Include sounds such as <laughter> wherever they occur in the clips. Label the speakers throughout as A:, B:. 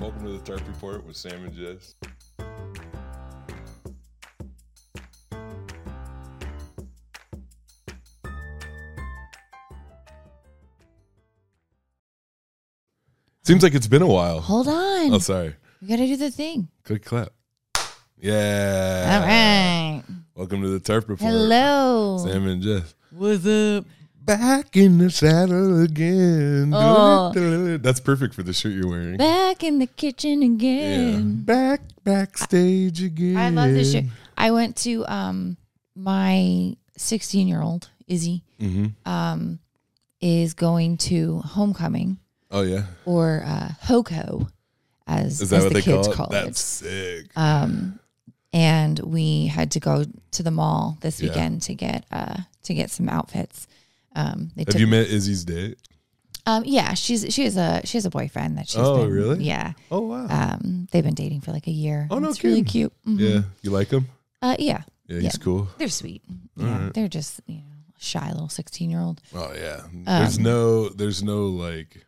A: Welcome to the Turf Report with Sam and Jess. Seems like it's been a while.
B: Hold on.
A: Oh, sorry.
B: we gotta do the thing.
A: Good clap. Yeah.
B: All right.
A: Welcome to the Turf Report.
B: Hello.
A: Sam and Jess.
B: What's up?
A: Back in the saddle again.
B: Oh.
A: That's perfect for the shirt you're wearing.
B: Back in the kitchen
A: Yeah.
B: again.
A: Back backstage again.
B: I love this shit. I went to um my 16 year old Izzy
A: Mm-hmm.
B: um is going to homecoming
A: Oh yeah,
B: or uh, hoco as,
A: is that
B: as
A: what
B: the
A: they
B: kids
A: call it?
B: call
A: That's
B: it.
A: sick.
B: Um, and we had to go to the mall this
A: Yeah.
B: weekend to get uh to get some outfits. Um, they
A: Have
B: took
A: you met Izzy's date?
B: Um, yeah, she's she has a she has a boyfriend that she's.
A: Oh,
B: been-
A: really?
B: Yeah.
A: Oh wow.
B: Um, they've been dating for like a year.
A: Oh, no
B: it's really
A: kidding.
B: cute. Mhm.
A: yeah, you like him?
B: Uh, yeah,
A: Yeah, he's
B: Yeah.
A: cool.
B: they're sweet. Yeah, they're just you know shy little sixteen year old.
A: Oh yeah. there's
B: Um,
A: no, there's no like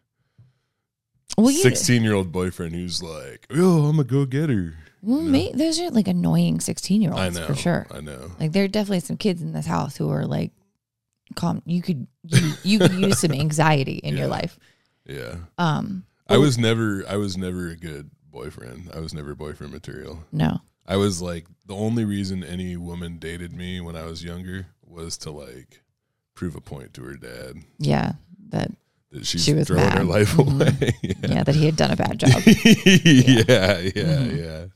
B: Well, you,
A: sixteen-year-old boyfriend who's like, oh, I'm a go-getter.
B: well, ma- those are like annoying sixteen year
A: I
B: olds
A: know.
B: Oh, for sure.
A: I know.
B: Like there are definitely some kids in this house who are like, calm. You could you, you could use
A: <laughs>
B: some anxiety in your
A: Yeah.
B: life.
A: Yeah.
B: Um,
A: I was never, I was never a good boyfriend. I was never boyfriend material.
B: no.
A: I was like the only reason any woman dated me when I was younger was to like prove a point to her dad
B: Yeah, that
A: that she's
B: She was
A: throwing her
B: mad.
A: life
B: Mhm.
A: away. <laughs>
B: yeah. that he had done a bad job. <laughs>
A: yeah, yeah, yeah,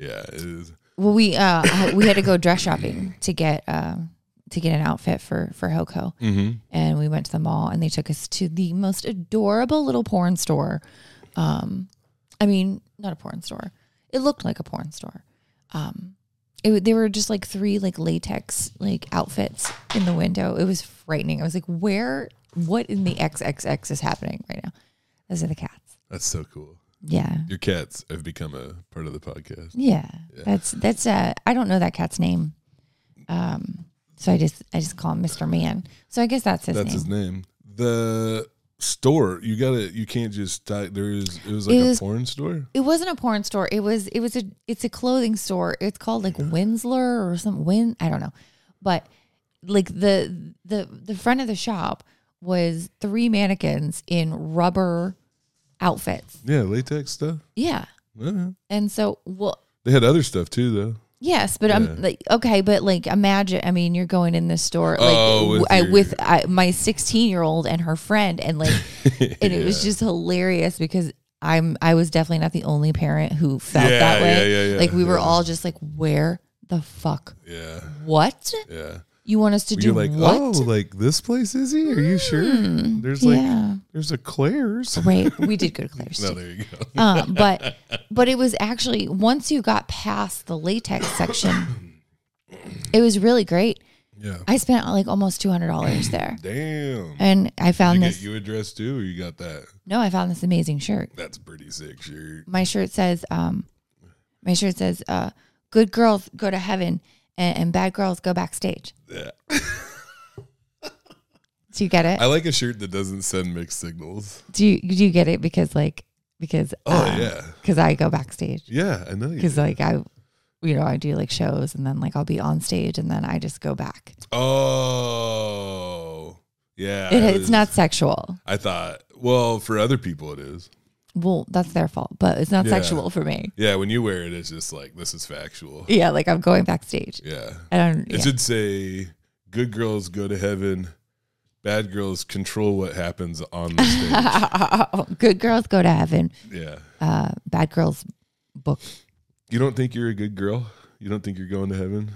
A: yeah. It is.
B: Well, we uh I- we had to go dress shopping to get um to get an outfit for for Hoko,
A: Mm-hmm.
B: and we went to the mall, and they took us to the most adorable little porn store. Um, I mean, not a porn store. It looked like a porn store. Um, it w- they were just like three like latex like outfits in the window. It was frightening. I was like, where? What in the XXX is happening right now? Those are the cats.
A: That's so cool.
B: Yeah.
A: Your cats have become a part of the podcast.
B: Yeah, that's that's uh I don't know that cat's name. Um so I just I just call him Mr. Man. So I guess that's his
A: That's
B: name.
A: his name. The store you gotta you can't just type there is it was like
B: It
A: a
B: was-
A: porn store
B: it wasn't a porn store. It was it was a it's a clothing store. It's called like Winsler or some Win I don't know. But like the the the front of the shop was three mannequins in rubber outfits.
A: yeah latex stuff
B: Yeah.
A: Yeah.
B: And so well
A: they had other stuff too though
B: Yes, but
A: Yeah.
B: I'm like okay, but like imagine. I mean, you're going in this store like
A: Oh, with
B: w- I,
A: your-
B: with I, my 16 year old and her friend,
A: <laughs>
B: and like, and it was
A: Yeah.
B: just hilarious because I'm I was definitely not the only parent who felt
A: Yeah,
B: that way.
A: yeah, yeah, yeah,
B: like we were
A: yeah.
B: all just like, where the fuck?
A: yeah
B: What
A: yeah
B: you want us to do?
A: you're like
B: what?
A: oh like this place is he are you sure there's like
B: yeah,
A: there's a Claire's
B: <laughs> right. We did
A: <laughs>
B: go to Claire's.
A: no
B: too.
A: there you go <laughs>
B: um, but but it was actually once you got past the latex section,
A: <coughs>
B: it was really great.
A: yeah
B: I spent like almost two hundred dollars there,
A: damn
B: and I
A: you
B: found
A: get
B: this.
A: you a dress too or you got that
B: No, I found this amazing shirt.
A: that's a pretty sick shirt
B: My shirt says, um, my shirt says, uh, "Good girls go to heaven, and, and bad girls go backstage."
A: yeah
B: Do you get
A: <laughs>
B: it?
A: I like a shirt that doesn't send mixed signals
B: do you do you get it? Because like because
A: oh yeah
B: because I go backstage
A: yeah I know you
B: because like I. You know, I do like shows and then like I'll be on stage and then I just go back.
A: Oh, yeah.
B: It,
A: I
B: it's
A: was-
B: not sexual.
A: I thought. Well, for other people, it is.
B: Well, that's their fault, but it's not
A: Yeah.
B: sexual for me.
A: Yeah, when you wear it, it's just like this is factual.
B: Yeah, like I'm going backstage.
A: Yeah,
B: I don't.
A: it
B: yeah.
A: should say, "Good girls go to heaven, bad girls control what happens on the
B: <laughs>
A: stage."
B: <laughs> good girls go to heaven.
A: yeah,
B: Uh, bad girls book.
A: you don't think you're a good girl. You don't think you're going to heaven.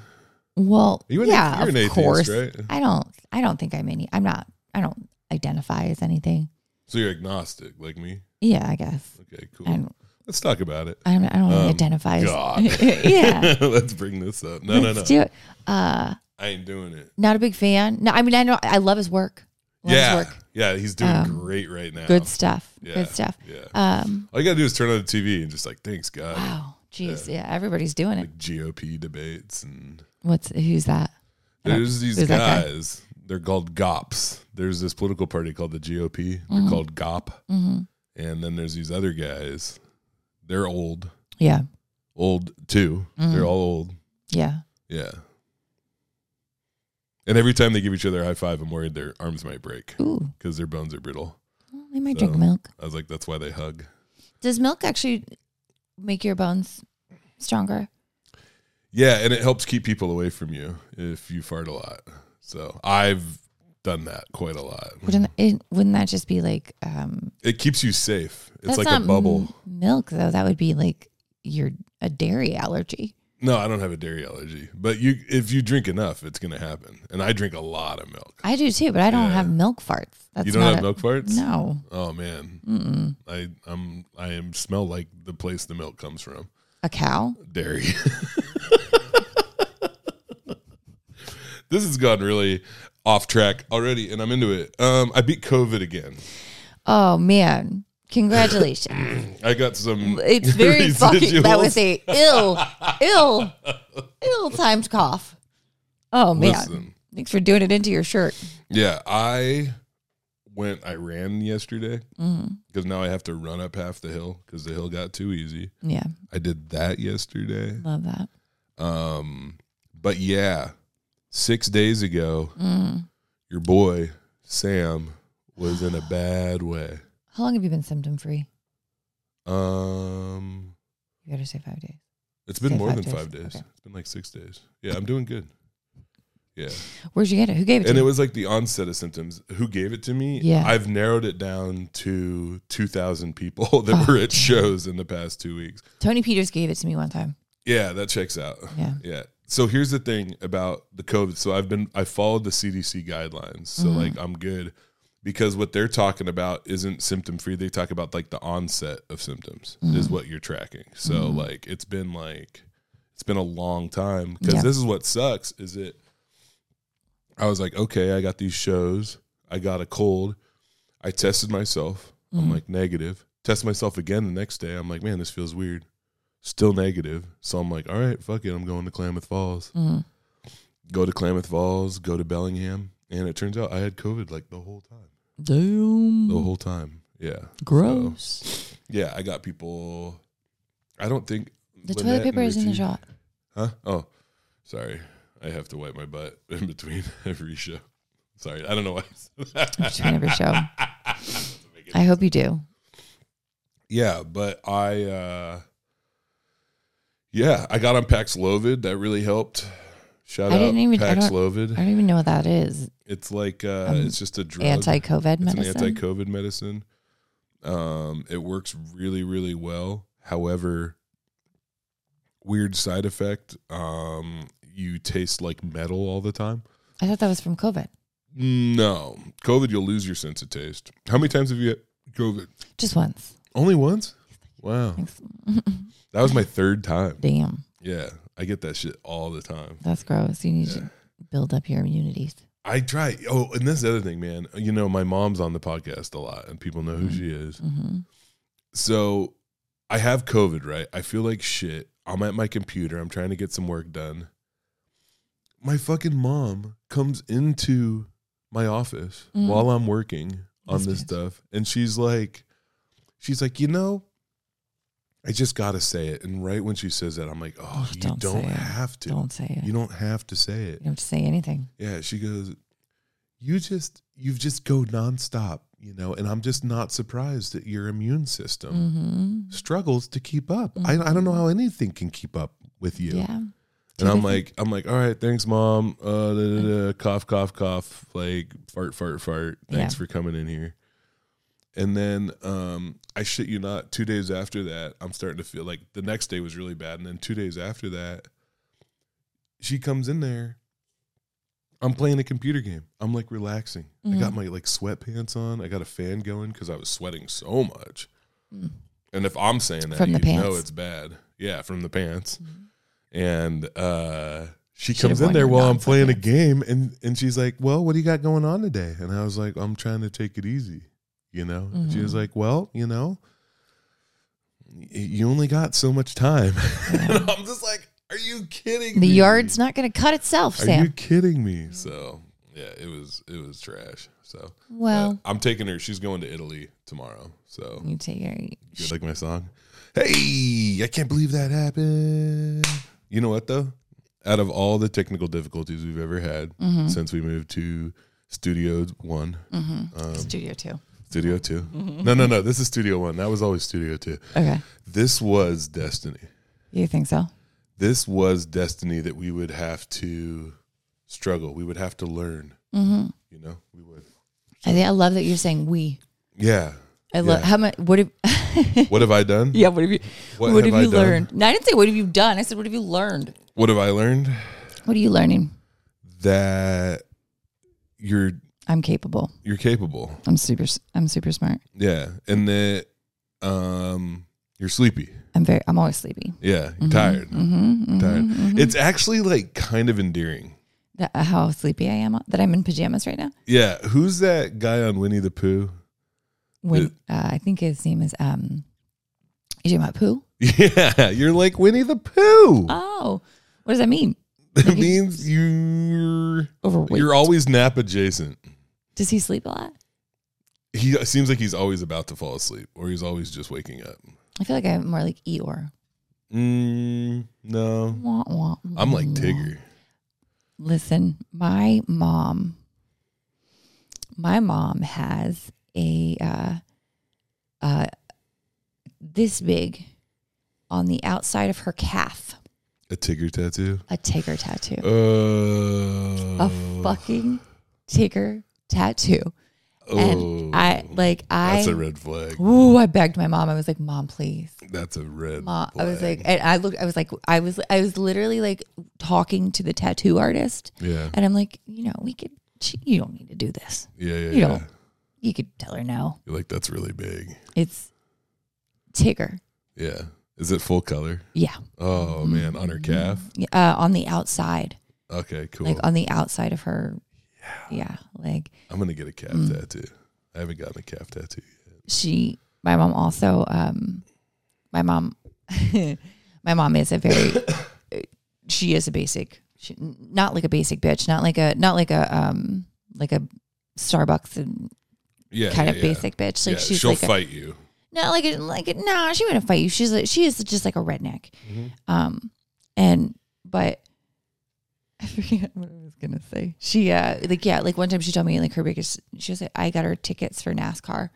B: Well,
A: You're an athe-
B: yeah,
A: you're
B: of
A: an atheist,
B: course.
A: right?
B: I don't. I don't think I'm any. I'm not. I don't identify as anything.
A: So you're agnostic, like me.
B: Yeah, I guess.
A: Okay,
B: I
A: cool.
B: don't.
A: Let's talk about it.
B: I don't, I don't
A: Um,
B: identify. As,
A: God.
B: <laughs> yeah.
A: Let's bring this up. <laughs> No,
B: Let's
A: no, no.
B: do it. Uh,
A: I ain't doing it.
B: not a big fan. No, I mean I know I love his work. Love
A: yeah,
B: his work.
A: yeah. He's doing
B: Um,
A: great right now.
B: Good stuff.
A: Yeah,
B: Good stuff.
A: Yeah.
B: Um.
A: All you gotta do is turn on the TV and just like, thanks God.
B: Wow. Jeez. Yeah. Everybody's doing it.
A: Like GOP debates and
B: What's who's that? I don't-
A: there's these
B: who's that guy?
A: guys. They're called GOPs. There's this political
B: Mm-hmm.
A: party called the GOP. They're called GOP. And then there's these other guys they're old,
B: Yeah.
A: old too.
B: Mm-hmm.
A: They're all old.
B: Yeah.
A: Yeah. And every time they give each other a high five, I'm worried their arms might break
B: Ooh.
A: because their bones are brittle.
B: Well, they might drink
A: So-
B: milk.
A: I was like, that's why they hug.
B: Does milk actually make your bones stronger?
A: Yeah, and it helps keep people away from you if you fart a lot. So I've done that quite a lot.
B: Wouldn't
A: Mm.
B: it? Wouldn't that just be like? Um,
A: It keeps you safe. It's
B: that's
A: like a
B: not
A: bubble.
B: m- milk though. That would be like your a dairy allergy.
A: No, I don't have a dairy allergy, but you if you drink enough, it's gonna happen. And I drink a lot of milk.
B: I do too, but I don't
A: Yeah.
B: have milk farts. That's
A: you don't
B: not
A: have
B: a,
A: milk farts?
B: No.
A: Oh man,
B: Mm-mm.
A: I I'm I am smell like the place the milk comes from.
B: A cow.
A: dairy. <laughs> this has gone really off track already, and I'm into it. Um, I beat COVID again.
B: Oh man.
A: <laughs>
B: Congratulations.
A: I got some. <laughs>
B: it's very <laughs> fucking that was
A: residuals.
B: a ill, ill, ill timed cough. Oh man.
A: Listen,
B: Thanks for doing it into your shirt.
A: <laughs> yeah, I went. I ran yesterday
B: Mm-hmm.
A: because now I have to run up half the hill because the hill got too easy.
B: Yeah.
A: I did that yesterday.
B: Love that.
A: Um, but yeah, six days ago,
B: Mm.
A: your boy Sam was in a bad way.
B: How long have you been symptom free?
A: Um,
B: You gotta say five days.
A: it's been
B: Say
A: more
B: five
A: than
B: days.
A: five days.
B: Okay.
A: It's been like six days. Yeah, I'm doing good. Yeah,
B: Where'd you get it? Who gave it
A: and
B: to
A: it
B: you?
A: was like the onset of symptoms. Who gave it to me?
B: Yeah.
A: I've narrowed it down to two thousand people <laughs> that
B: Oh,
A: were at shows in the past two weeks.
B: Tony Peters gave it to me one time.
A: Yeah, that checks out.
B: Yeah.
A: Yeah. So here's the thing about the COVID. So I've been I followed the CDC guidelines. So
B: Mhm.
A: like I'm good because what they're talking about isn't symptom free. They talk about like the onset of symptoms is
B: Mhm.
A: what you're tracking. So
B: Mhm.
A: like it's been like it's been a long time because
B: Yeah.
A: this is what sucks is it I was like, okay, I got these shows. I got a cold. I tested myself. I'm
B: Mhm.
A: like negative. Test myself again the next day. I'm like, man, this feels weird. Still negative. So I'm like, all right, fuck it. I'm going to Klamath Falls.
B: Mm.
A: Go to Klamath Falls. Go to Bellingham. And it turns out I had COVID like the whole time.
B: Damn.
A: The whole time. Yeah.
B: Gross.
A: Yeah. I got people. I don't think
B: the
A: Lynette
B: toilet
A: and
B: paper is in the
A: Richie-
B: shot.
A: <laughs> Huh? Oh, sorry. I have to wipe my butt in between <laughs> every show. Sorry. I don't know why. I said that.
B: In between every show. I hope you do.
A: Yeah, but I uh yeah, I got on Paxlovid. That really helped. Shout
B: I
A: out
B: didn't even- I don't- I
A: Paxlovid.
B: don't even know what that is.
A: It's like uh
B: Um,
A: it's just a drug.
B: Anti COVID
A: it's
B: medicine.
A: an anti-COVID medicine. Um it works really really well. However, weird side effect. Um you taste like metal all the time.
B: I thought that was from COVID.
A: No. COVID you'll lose your sense of taste. How many times have you had COVID?
B: Just once.
A: Only once? Wow.
B: Thanks. <laughs>
A: That was my third time.
B: Damn.
A: Yeah, I get that shit all the time.
B: That's gross. You need to build up your immunities.
A: I try. Oh, and that's the other thing, man. You know, my mom's on the podcast a lot, and people know who she is.
B: hmm
A: So I have COVID, right? I feel like shit. I'm at my computer. I'm trying to get some work done. My fucking mom comes into my office
B: Mm.
A: while I'm working on
B: That's
A: this
B: bad.
A: stuff, and she's like, she's like, you know, I just gotta say it. And right when she says that, I'm like, oh,
B: Oh,
A: you don't,
B: don't say it.
A: have to.
B: Don't say it.
A: You don't have to say it.
B: You don't have to say anything.
A: Yeah, she goes, You just you've just go nonstop, you know, and I'm just not surprised that your immune system
B: hmm
A: struggles to keep up. I, I don't know how anything can keep up with you.
B: Yeah.
A: and
B: <laughs>
A: I'm like, I'm like, all right, thanks, mom. Uh, da, da, da, cough, cough, cough, like fart, fart, fart. Thanks
B: Yeah.
A: for coming in here. And then um, I shit you not, two days after that, I'm starting to feel like the next day was really bad. And then two days after that, she comes in there. I'm playing a computer game. I'm like relaxing. I
B: Mm-hmm.
A: got my like sweatpants on. I got a fan going because I was sweating so much. Mm-hmm.
B: Mm.
A: And if I'm saying that,
B: From
A: you
B: the
A: know
B: pants.
A: it's bad. Yeah, from the pants. And uh, she
B: Should've
A: comes in
B: worn
A: there
B: your
A: while I'm
B: non-sweat
A: playing a
B: pants.
A: game, and and she's like, "Well, what do you got going on today?" And I was like, "I'm trying to take it easy," you know. And she
B: Mm-hmm.
A: was like, "Well, you know, y- you only got so much time." <laughs> and I'm just like, "Are you kidding?"
B: The Mm-hmm.
A: me?
B: yard's not going to cut itself,
A: Are
B: Sam.
A: you kidding me? So yeah, it was it was trash. So but
B: well,
A: I'm taking her. She's going to Italy tomorrow. So
B: you take your.
A: you like my song? Hey, I can't believe that happened. You know what though? Out of all the technical difficulties we've ever had
B: Mm-hmm.
A: since we moved to Studio One,
B: mm-hmm.
A: um,
B: Studio 2
A: Studio 2 No, no, no. This is Studio One. That was always Studio Two.
B: Okay,
A: This was destiny.
B: you think so?
A: This was destiny that we would have to struggle. We would have to learn.
B: Mm-hmm.
A: You know, we would.
B: I think I love that you're saying we.
A: Yeah.
B: I love
A: Yeah.
B: how much. What have?
A: What have I done?
B: <laughs> yeah, what have you?
A: What,
B: what have,
A: I
B: you
A: done?
B: learned? No, I didn't say what have you done. I said what have you learned.
A: What have I learned?
B: What are you learning?
A: That you're
B: I'm capable.
A: you're capable.
B: I'm super. s- I'm super smart.
A: Yeah, and that um you're sleepy.
B: I'm very. I'm always sleepy.
A: Yeah, you're tired.
B: Mm-hmm, hmm
A: Tired. It's actually like kind of endearing.
B: uh, how sleepy I am. That I'm in pajamas right now.
A: Yeah, who's that guy on Winnie the Pooh? <laughs>
B: When uh, I think his name is um, you talking about poo?
A: Yeah, you're like Winnie the Pooh.
B: Oh, what does that mean?
A: <laughs> That means you're
B: Overweight.
A: you're always nap adjacent.
B: Does he sleep a lot?
A: He it seems like he's always about to fall asleep, or he's always just waking up.
B: I feel like I'm more like Eeyore.
A: Mm, no,
B: Wah, wah,
A: I'm like
B: wah.
A: Tigger.
B: Listen, my mom, my mom has a uh, uh, this big on the outside of her calf
A: A Tigger tattoo.
B: a tiger tattoo,
A: Uh,
B: a fucking tiger tattoo, and I like I.
A: oh. That's a red flag.
B: Ooh, I begged my mom. I was like, "Mom, please."
A: That's a red.
B: Ma, I was
A: flag.
B: like, and I looked. I was like, I was, I was literally like talking to the tattoo artist,
A: yeah,
B: and I'm like, you know, we could. She, you don't need to do this.
A: yeah, yeah.
B: you
A: yeah.
B: don't. You could tell her no.
A: You're like, that's really big.
B: It's Tigger.
A: Yeah. Is it full color?
B: Yeah.
A: Oh
B: Mm-hmm.
A: man, on her calf.
B: Yeah, Uh, on the outside,
A: Okay, cool.
B: like uh, on the outside of her. Yeah. Like
A: I'm gonna get a calf
B: mm.
A: tattoo. I haven't gotten a calf tattoo.
B: she, my mom also, um, my mom, <laughs> my mom is a very, <coughs> she is a basic, she, not like a basic bitch, not like a, not like a, um, like a Starbucks and
A: Yeah,
B: kind
A: yeah,
B: of
A: yeah.
B: basic bitch. Like
A: yeah,
B: she's
A: she'll
B: like a-
A: fight you.
B: not like it, like it, no, she wouldn't fight you. She's like, she is just like a redneck. Um, and but I forget <laughs> what I was gonna say. She uh, like yeah, like one time she told me like her biggest. She was like, I got her tickets for NASCAR,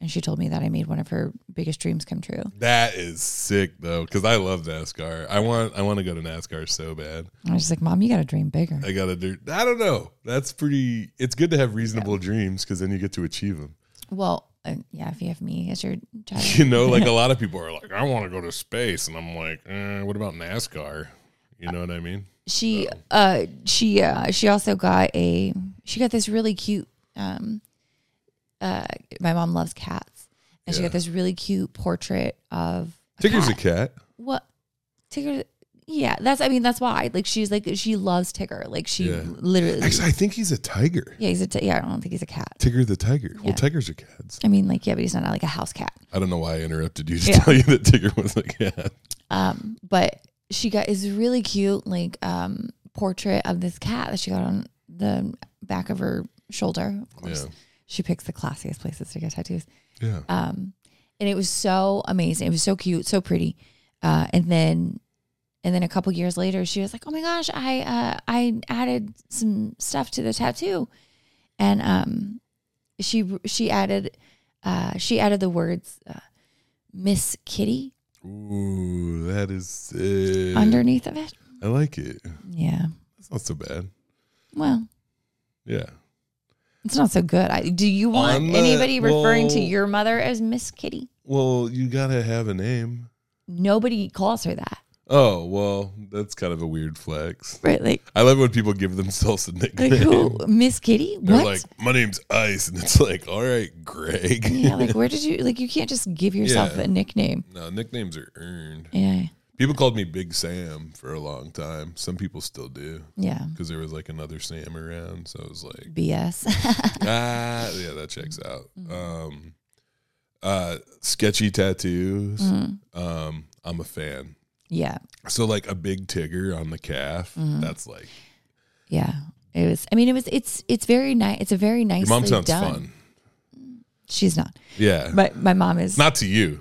B: and she told me that I made one of her biggest dreams come true.
A: That is sick though, because I love NASCAR. I want I want to go to NASCAR so bad.
B: And I was just like, Mom, you gotta dream bigger.
A: I gotta do. I don't know. That's pretty. It's good to have reasonable dreams because then you get to achieve them.
B: Well, uh, yeah, if you have me as your child,
A: <laughs> You know,
B: <laughs>
A: like a lot of people are like, I want to go to space, and I'm like, eh, what about NASCAR? You know what I mean?
B: she
A: Oh.
B: uh she uh she also got a she got this really cute um uh my mom loves cats and she
A: Yeah.
B: got this really cute portrait of a
A: Tigger's
B: cat.
A: a cat.
B: what Tigger yeah that's I mean that's why like she's like she loves Tigger like she
A: Yeah.
B: literally
A: Actually, I think he's a tiger.
B: yeah he's a t- yeah I don't think he's a cat
A: Tigger the tiger.
B: Yeah.
A: Well, tigers are cats.
B: I mean like yeah but he's not like a house cat
A: I don't know why I interrupted you to
B: Yeah.
A: tell you that Tigger was a cat.
B: Um, but she got is really cute, like um, portrait of this cat that she got on the back of her shoulder. Of course,
A: Yeah.
B: she picks the classiest places to get tattoos.
A: Yeah.
B: Um, and it was so amazing. It was so cute, so pretty. Uh, and then, and then a couple years later, she was like, "Oh my gosh, I uh, I added some stuff to the tattoo," and um, she she added uh, she added the words uh, Miss Kitty
A: Ooh, that is sick.
B: underneath of it.
A: I like it.
B: Yeah.
A: That's not so bad.
B: Well,
A: Yeah.
B: it's not so good. I, do you want
A: I'm, uh,
B: anybody referring to
A: well-
B: your mother as Miss Kitty?
A: Well, you gotta have a name.
B: Nobody calls her that.
A: Oh, well, that's kind of a weird flex.
B: Right? Like,
A: I love when people give themselves a
B: like
A: nickname.
B: who? Miss Kitty?
A: <laughs> They're
B: What?
A: like, my name's Ice, <laughs> and it's like, all right, Greg. <laughs>
B: yeah, like where did you like you can't just give yourself
A: Yeah.
B: a nickname.
A: no, nicknames are earned.
B: Yeah.
A: People called me Big Sam for a long time. Some people still do
B: Yeah.
A: because there was like another Sam around. So I was like, <laughs>
B: BS.
A: ah, yeah, that checks out.
B: Mm-hmm.
A: Um, uh, sketchy tattoos.
B: Mm-hmm.
A: Um, I'm a fan.
B: <laughs> yeah.
A: So like a big tigger on the calf.
B: Mm-hmm.
A: That's like
B: Yeah. It was I mean it was it's it's very nice it's a very nice
A: your mom sounds
B: done.
A: fun.
B: She's not.
A: Yeah,
B: But my mom is
A: not to you,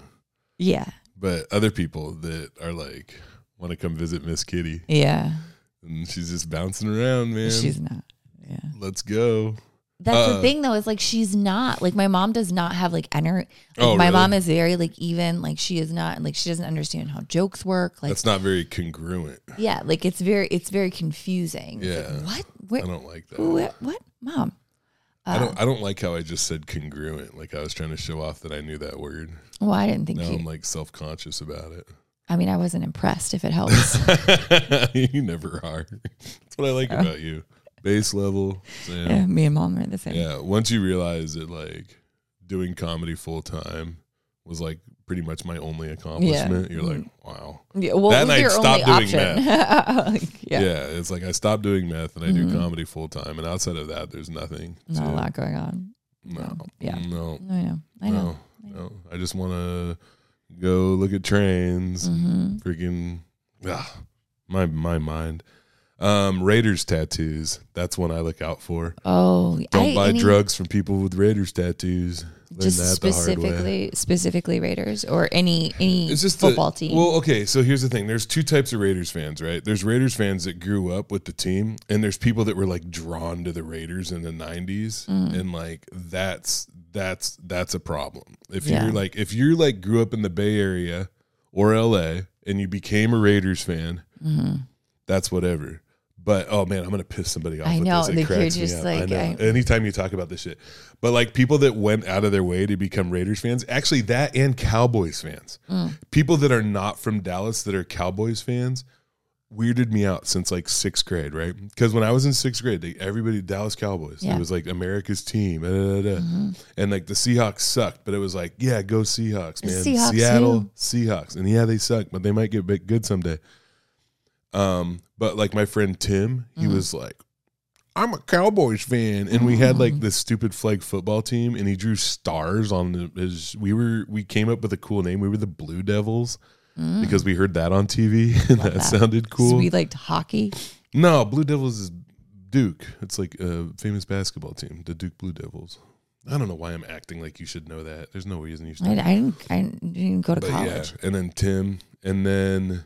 B: yeah.
A: but other people that are like want to come visit Miss Kitty,
B: Yeah.
A: and she's just bouncing around, man.
B: She's not. Yeah.
A: Let's go.
B: That's
A: Uh,
B: the thing though, is like she's not like my mom does not have like energy. Like,
A: Oh,
B: my
A: really?
B: mom is very like even like she is not like she doesn't understand how jokes work. Like
A: That's not very congruent.
B: yeah, like it's very it's very confusing. It's like,
A: Yeah.
B: what?
A: I
B: Where,
A: don't like that.
B: who- uh, where- what? Mom.
A: I don't. I don't like how I just said congruent. Like I was trying to show off that I knew that word.
B: Well, I didn't think
A: Now I'm
B: you.
A: like self conscious about it. <laughs>
B: I mean, I wasn't impressed. If it helps,
A: you never are. That's what I like about you. Base level. Sam.
B: yeah, <laughs> me and mom are the same.
A: Yeah. Once you realize that like doing comedy full time was like pretty much my only accomplishment, you're like,
B: Mm-hmm.
A: wow.
B: Yeah, well,
A: That
B: it was
A: night,
B: your
A: stop
B: only
A: doing
B: option. <laughs> Like, yeah, Mm-hmm.
A: Yeah. It's like I stopped doing meth and I do comedy full time. And outside of that, there's nothing.
B: not
A: to-
B: a lot going on.
A: No.
B: Yeah.
A: No.
B: I know. I know.
A: No. No. I just want to go look at trains.
B: hmm
A: freaking ah, my my mind. Um, Raiders tattoos. That's one I look out for.
B: Oh,
A: Don't
B: I,
A: buy
B: I mean,
A: drugs from people with Raiders tattoos. Learn that
B: Just
A: the hard way.
B: specifically, specifically Raiders or any any
A: It's just the-
B: football team.
A: Well, okay. So here's the thing. There's two types of Raiders fans, right? There's Raiders fans that grew up with the team, and there's people that were like drawn to the Raiders in the '90s,
B: Mm.
A: and like that's that's that's a problem. If
B: Yeah.
A: you're like if you're like grew up in the Bay Area or LA, and you became a Raiders fan,
B: Mm-hmm.
A: that's whatever. But oh man, I'm gonna piss somebody off.
B: I
A: with
B: know,
A: this. It
B: like, you're
A: cracks me
B: just
A: up. I
B: like,
A: know.
B: I-
A: Anytime you talk about this shit, but like people that went out of their way to become Raiders fans, actually that and Cowboys fans,
B: Mm.
A: people that are not from Dallas that are Cowboys fans, weirded me out since like sixth grade, right? Because when I was in sixth grade, they, everybody Dallas Cowboys,
B: Yeah. Mm-hmm.
A: it was like America's team, da, da, da, da. and like the Seahawks sucked, but it was like, yeah, go Seahawks, man,
B: Seahawks
A: Seattle
B: who?
A: Seahawks, and yeah, they suck, but they might get big, good someday. Um, but like my friend Tim, he
B: Mm-hmm.
A: was like. I'm a Cowboys fan, and we had
B: Mm-hmm.
A: like this stupid flag football team, and he drew stars on the, his. We were we came up with a cool name. We were the Blue Devils because we heard that on TV, <laughs> and that,
B: Mm. that.
A: sounded cool.
B: So we liked hockey.
A: No, Blue Devils is Duke. It's like a famous basketball team, the Duke Blue Devils. I don't know why I'm acting like you should know that. There's no reason you should.
B: I, I
A: know
B: didn't. I didn't go to
A: but yeah,
B: college.
A: and then Tim, and then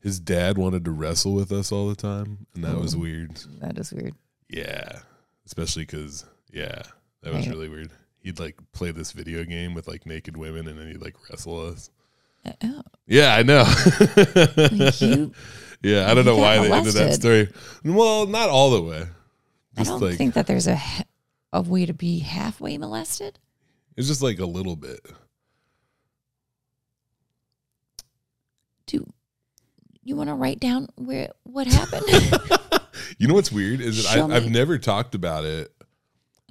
A: his dad wanted to wrestle with us all the time, and that was weird.
B: That is weird.
A: Yeah, especially because yeah, that was
B: Right.
A: really weird. He'd like play this video game with like naked women, and then he'd like wrestle us.
B: Oh,
A: Yeah, I know.
B: you,
A: <laughs> yeah, I don't know
B: got
A: why they ended that
B: molested.
A: story. Well, not all the way.
B: I
A: Just
B: don't
A: like
B: think that there's a h- a way to be halfway molested.
A: It's just like a little bit.
B: Do you want to write down where what happened?
A: <laughs>
B: <laughs>
A: You know what's weird is that
B: Show
A: I,
B: me. Mm-hmm.
A: I've never talked about it.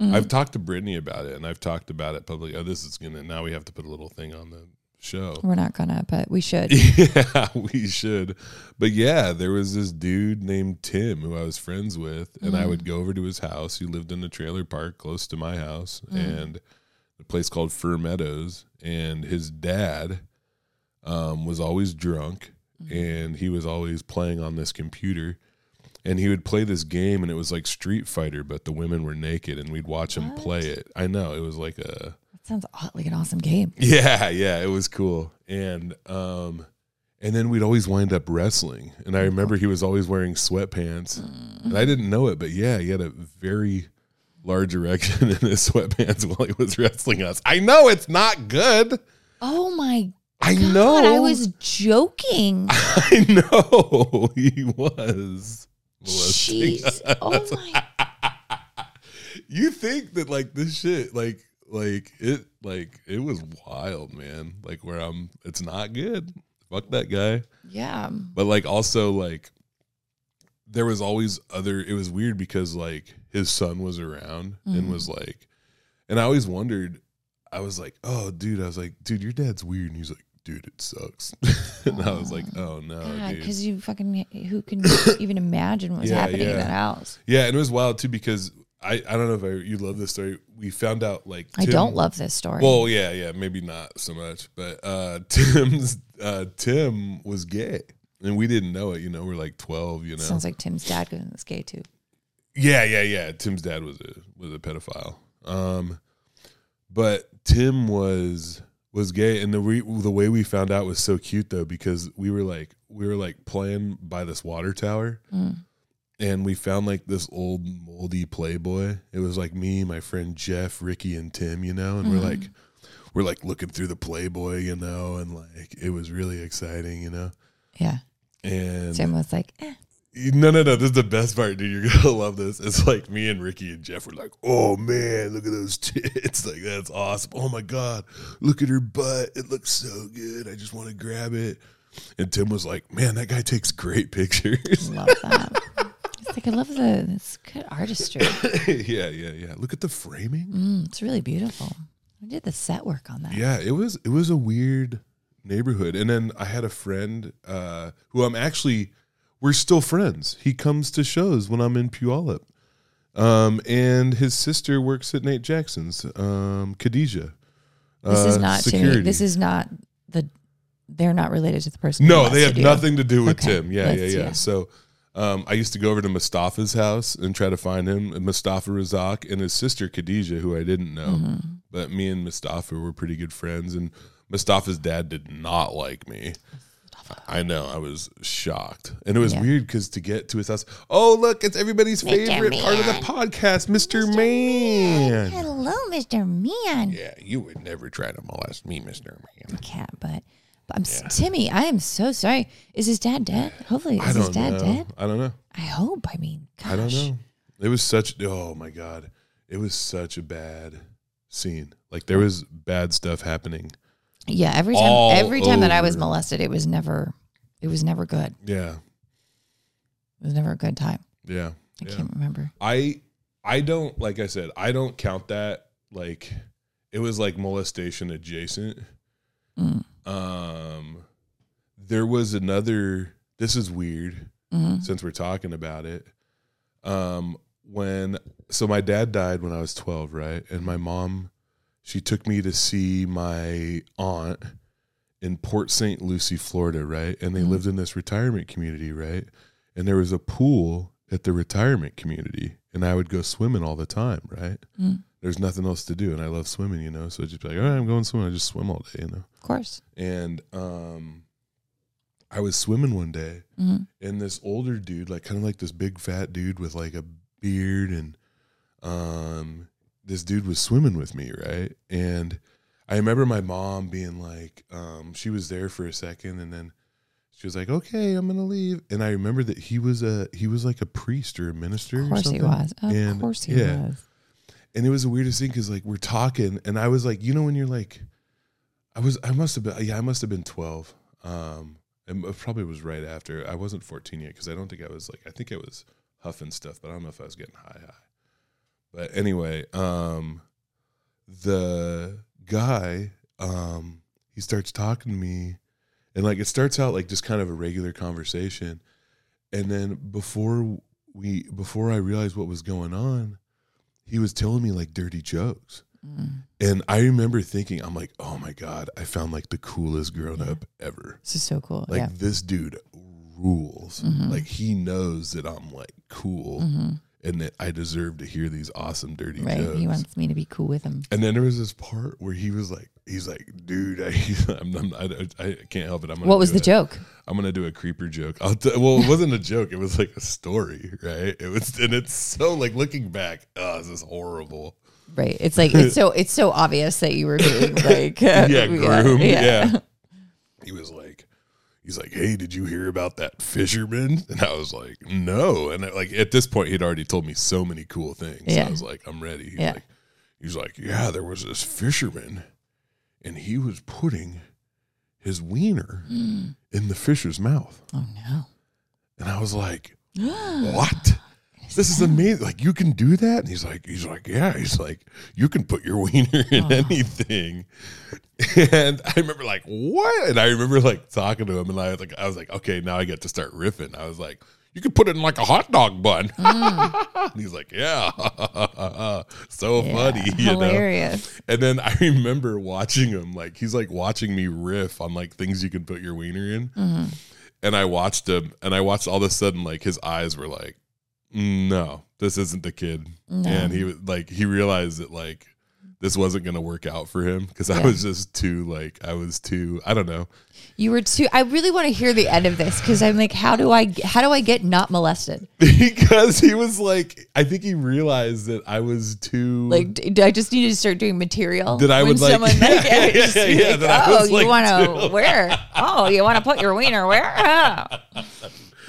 A: I've talked to Brittany about it, and I've talked about it publicly. Oh, this is gonna now we have to put a little thing on the show.
B: We're not gonna, but we should.
A: <laughs> Yeah, we should. But yeah, there was this dude named Tim who I was friends with, and I would go over to his house. He lived in a trailer park close to my house, and a place called Fur Meadows. And his dad um, was always drunk, and he was always playing on this computer. And he would play this game, and it was like Street Fighter, but the women were naked, and we'd watch him play it. I know it was like a
B: That sounds aw- like an awesome game.
A: yeah, yeah, it was cool. And um and then we'd always wind up wrestling. And I remember he was always wearing sweatpants. And I didn't know it, but yeah, he had a very large erection <laughs> in his sweatpants while he was wrestling us. I know it's not good.
B: Oh my
A: I
B: god!
A: know.
B: I was joking.
A: <laughs> I know <laughs> he was. molesting
B: Jeez! Oh my!
A: you think that like this shit like like it like it was wild man like where i'm it's not good fuck that guy
B: Yeah.
A: but like also like there was always other it was weird because like his son was around and was
B: Mm-hmm.
A: like and i always wondered i was like oh dude i was like dude your dad's weird and he's like dude it sucks <laughs> and i was like <laughs> oh no
B: God,
A: dude
B: because you fucking who can <coughs> even imagine what was
A: Yeah,
B: happening
A: yeah.
B: in that house?
A: yeah and it was wild too because i i don't know if I, you love this story we found out like
B: I
A: Tim-
B: don't love this story.
A: Well, yeah, yeah, maybe not so much, but uh, <laughs> Tim's uh, Tim was gay, and we didn't know it. You know, we're like twelve. You know,
B: Sounds like Tim's dad goes in this gay too.
A: yeah, yeah, yeah. Tim's dad was a was a pedophile. Um, but Tim was was gay, and the we, the way we found out was so cute though because we were like we were like playing by this water tower,
B: Mm.
A: and we found like this old moldy Playboy. It was like me, my friend Jeff, Ricky, and Tim, you know, and we're like we're like looking through the Playboy, you know, and like it was really exciting, you know,
B: Yeah.
A: and
B: Jim was like, eh.
A: no, no, no. This is the best part, dude. You're gonna <laughs> love this. It's like me and Ricky and Jeff were like, "Oh man, look at those <laughs> tits! Like that's awesome. Oh my god, look at her butt. It looks so good. I just want to grab it." And Tim was like, "Man, that guy takes great <laughs> pictures."
B: love that. It's like I love the it's good artistry.
A: yeah, yeah, yeah. Look at the framing.
B: Mm, it's really beautiful. We did the set work on that.
A: Yeah, it was it was a weird neighborhood. And then I had a friend uh, who I'm actually we're still friends. He comes to shows when I'm in Puyallup. Um, and his sister works at Nate Jackson's, um, Khadijah.
B: This is
A: uh,
B: not
A: security.
B: Timmy. This is not the. They're not related to the person. who
A: no,
B: wants
A: they
B: to
A: have
B: do.
A: nothing to do with
B: Okay,
A: Tim. Yeah, yeah,
B: that's-
A: yeah,
B: yeah.
A: So um, I used to go over to Mustafa's house and try to find him, and Mustafa Razak and his sister Khadijah, who I didn't know.
B: Mm-hmm.
A: But me and Mustafa were pretty good friends, and Mustafa's dad did not like me. I know. I was shocked, and it was
B: Yeah.
A: weird because to get to his house, oh look, it's everybody's favorite part of the
B: Man.
A: podcast, Mister Man.
B: Hello, Mr. Man,
A: Yeah, you would never try to molest me, Mister Man.
B: cat butt. But I'm s Timmy. I am so sorry. Is his dad dead? Hopefully, is
A: I
B: his
A: don't
B: dad
A: know.
B: dead?
A: I don't know.
B: I hope. I mean, gosh.
A: I don't know. It was such oh my god. It was such a bad scene. Like there was bad stuff happening.
B: Yeah, every time,
A: All
B: every time that I was
A: over.
B: molested, it was never, it was never good.
A: Yeah.
B: It was never a good time.
A: Yeah.
B: I
A: Yeah.
B: can't remember.
A: I I don't like I said, I don't count that like it was like molestation adjacent.
B: Mm.
A: Um there was another this is weird
B: hmm
A: since we're talking about it. Um when so my dad died when I was 12, right? And my mom she took me to see my aunt in Port St. Lucie, Florida, right? And they
B: Mhm.
A: lived in this retirement community, right? And there was a pool at the retirement community, and I would go swimming all the time, right?
B: Mm.
A: There's nothing else to do, and I love swimming, you know. So I'd just be like, all right, I'm going swimming. I just swim all day, you know.
B: Of course.
A: And um, I was swimming one day,
B: hmm
A: and this older dude, like kind of like this big fat dude with like a beard, and um, this dude was swimming with me, right? And I remember my mom being like, um, she was there for a second, and then she was like, "Okay, I'm gonna leave." And I remember that he was a he was like a priest or a minister.
B: Of
A: or
B: course he
A: something.
B: was. Of
A: And-
B: course he
A: yeah.
B: was.
A: And it was the weirdest thing because like we're talking, and I was like, you know, when you're like, I was, I must have been, yeah, I must have been twelve. Um, and it probably was right after. I wasn't fourteen yet because I don't think I was like, I think I was huffing stuff, but I don't know if I was getting high high. But anyway, um, the guy, um, he starts talking to me, and like it starts out like just kind of a regular conversation, and then before we, before I realized what was going on he was telling me like dirty jokes.
B: Mm.
A: And I remember thinking, I'm like, oh my God, I found like the coolest grown
B: Yeah.
A: up ever.
B: This is so cool.
A: Like
B: yeah.
A: this dude rules.
B: Mhm.
A: Like he knows that I'm like cool
B: hmm
A: and that I deserve to hear these awesome dirty
B: Right.
A: jokes.
B: He wants me to be cool with him.
A: and then there was this part where he was like, he's like, dude, I, <laughs> I'm, I'm, I, I can't help it. I'm gonna
B: What was
A: do
B: the
A: it.
B: joke?
A: I'm gonna do a creeper joke. I'll t- well, it wasn't a joke. It was like a story, right? It was, and it's so like looking back, oh, this is horrible.
B: Right. It's like it's so it's so obvious that you
A: <laughs>
B: were being like <laughs> uh,
A: yeah, groom. Yeah. He was like, he's like, hey, did you hear about that fisherman? And I was like, no. And I- like at this point, he'd already told me so many cool things.
B: Yeah.
A: I was like, I'm ready. He's
B: Yeah.
A: like, he's like, yeah, there was this fisherman, and he was putting his wiener in the fish's mouth,
B: Oh no.
A: and I was like, what? This is amazing. Like you can do that. And he's like, he's like, yeah. He's like, you can put your <laughs> wiener in anything. <laughs> And I remember like, what? And I remember like talking to him, and I was like, I was like, okay, now I get to start riffing. I was like, you could put it in like a hot dog bun. <laughs> and he's like, yeah, <laughs> so
B: Yeah. <laughs>
A: funny, you know.
B: Hilarious.
A: And then I <laughs> remember watching him, like he's like watching me riff on like things you can put your wiener in.
B: Mm-hmm.
A: And I watched him, and I watched all of a sudden like his eyes were like, "Mm, no, this isn't the kid.
B: No.
A: And he was like, he realized that like this wasn't going to work out for him because I
B: Yeah.
A: was just too like I was too I don't know. <laughs>
B: You were too. I really want to hear the end of this because I'm like, how do I? How do I get not molested?
A: because he was like I think he realized that I was too
B: Like, d- do I just need to start doing material?
A: Mm. That I
B: when
A: would, like- <laughs>
B: someone like,
A: Yeah,
B: it, <laughs> just
A: yeah,
B: be
A: yeah,
B: like,
A: that I
B: oh,
A: was,
B: you
A: like, <laughs>
B: want to where? Oh, you want to put your wiener where? Oh.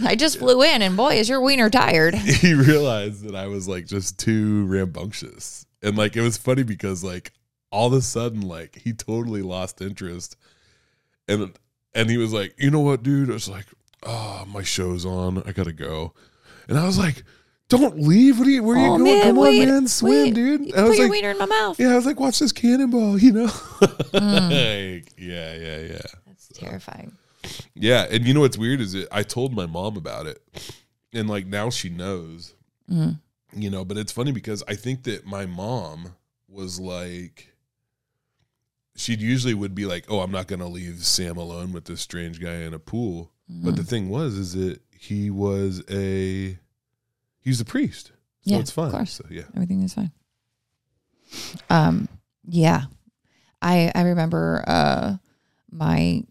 B: I just flew in, and boy, is your wiener
A: <laughs>
B: tired.
A: he realized that I was like just too rambunctious. And like it was funny because like all of a sudden like he totally lost interest. And and he was like, "You know what, dude?" I was like, "Oh, my show's on. I got to go." And I was like, "Don't leave. What are you where are you
B: oh
A: going? Come
B: wait,
A: on, man. Swim,
B: wait.
A: dude."
B: You
A: And I
B: Put
A: was
B: your
A: like,
B: wiener in my mouth.
A: "Yeah, I was like, watch this cannonball, <laughs> you know."
B: Hmm.
A: like, yeah, yeah, yeah.
B: That's terrifying.
A: Yeah, and you know what's weird is it, I told my mom about it, and like now she knows.
B: Mm.
A: You know, but it's funny because I think that my mom was like, she'd usually would be like, "Oh, I'm not gonna leave Sam alone with this strange guy in a pool." But
B: Mm-hmm.
A: the thing was, is that he was a he was a priest, so
B: Yeah,
A: it's fine.
B: of course.
A: So yeah,
B: everything is fine. Um, yeah, I I remember uh, my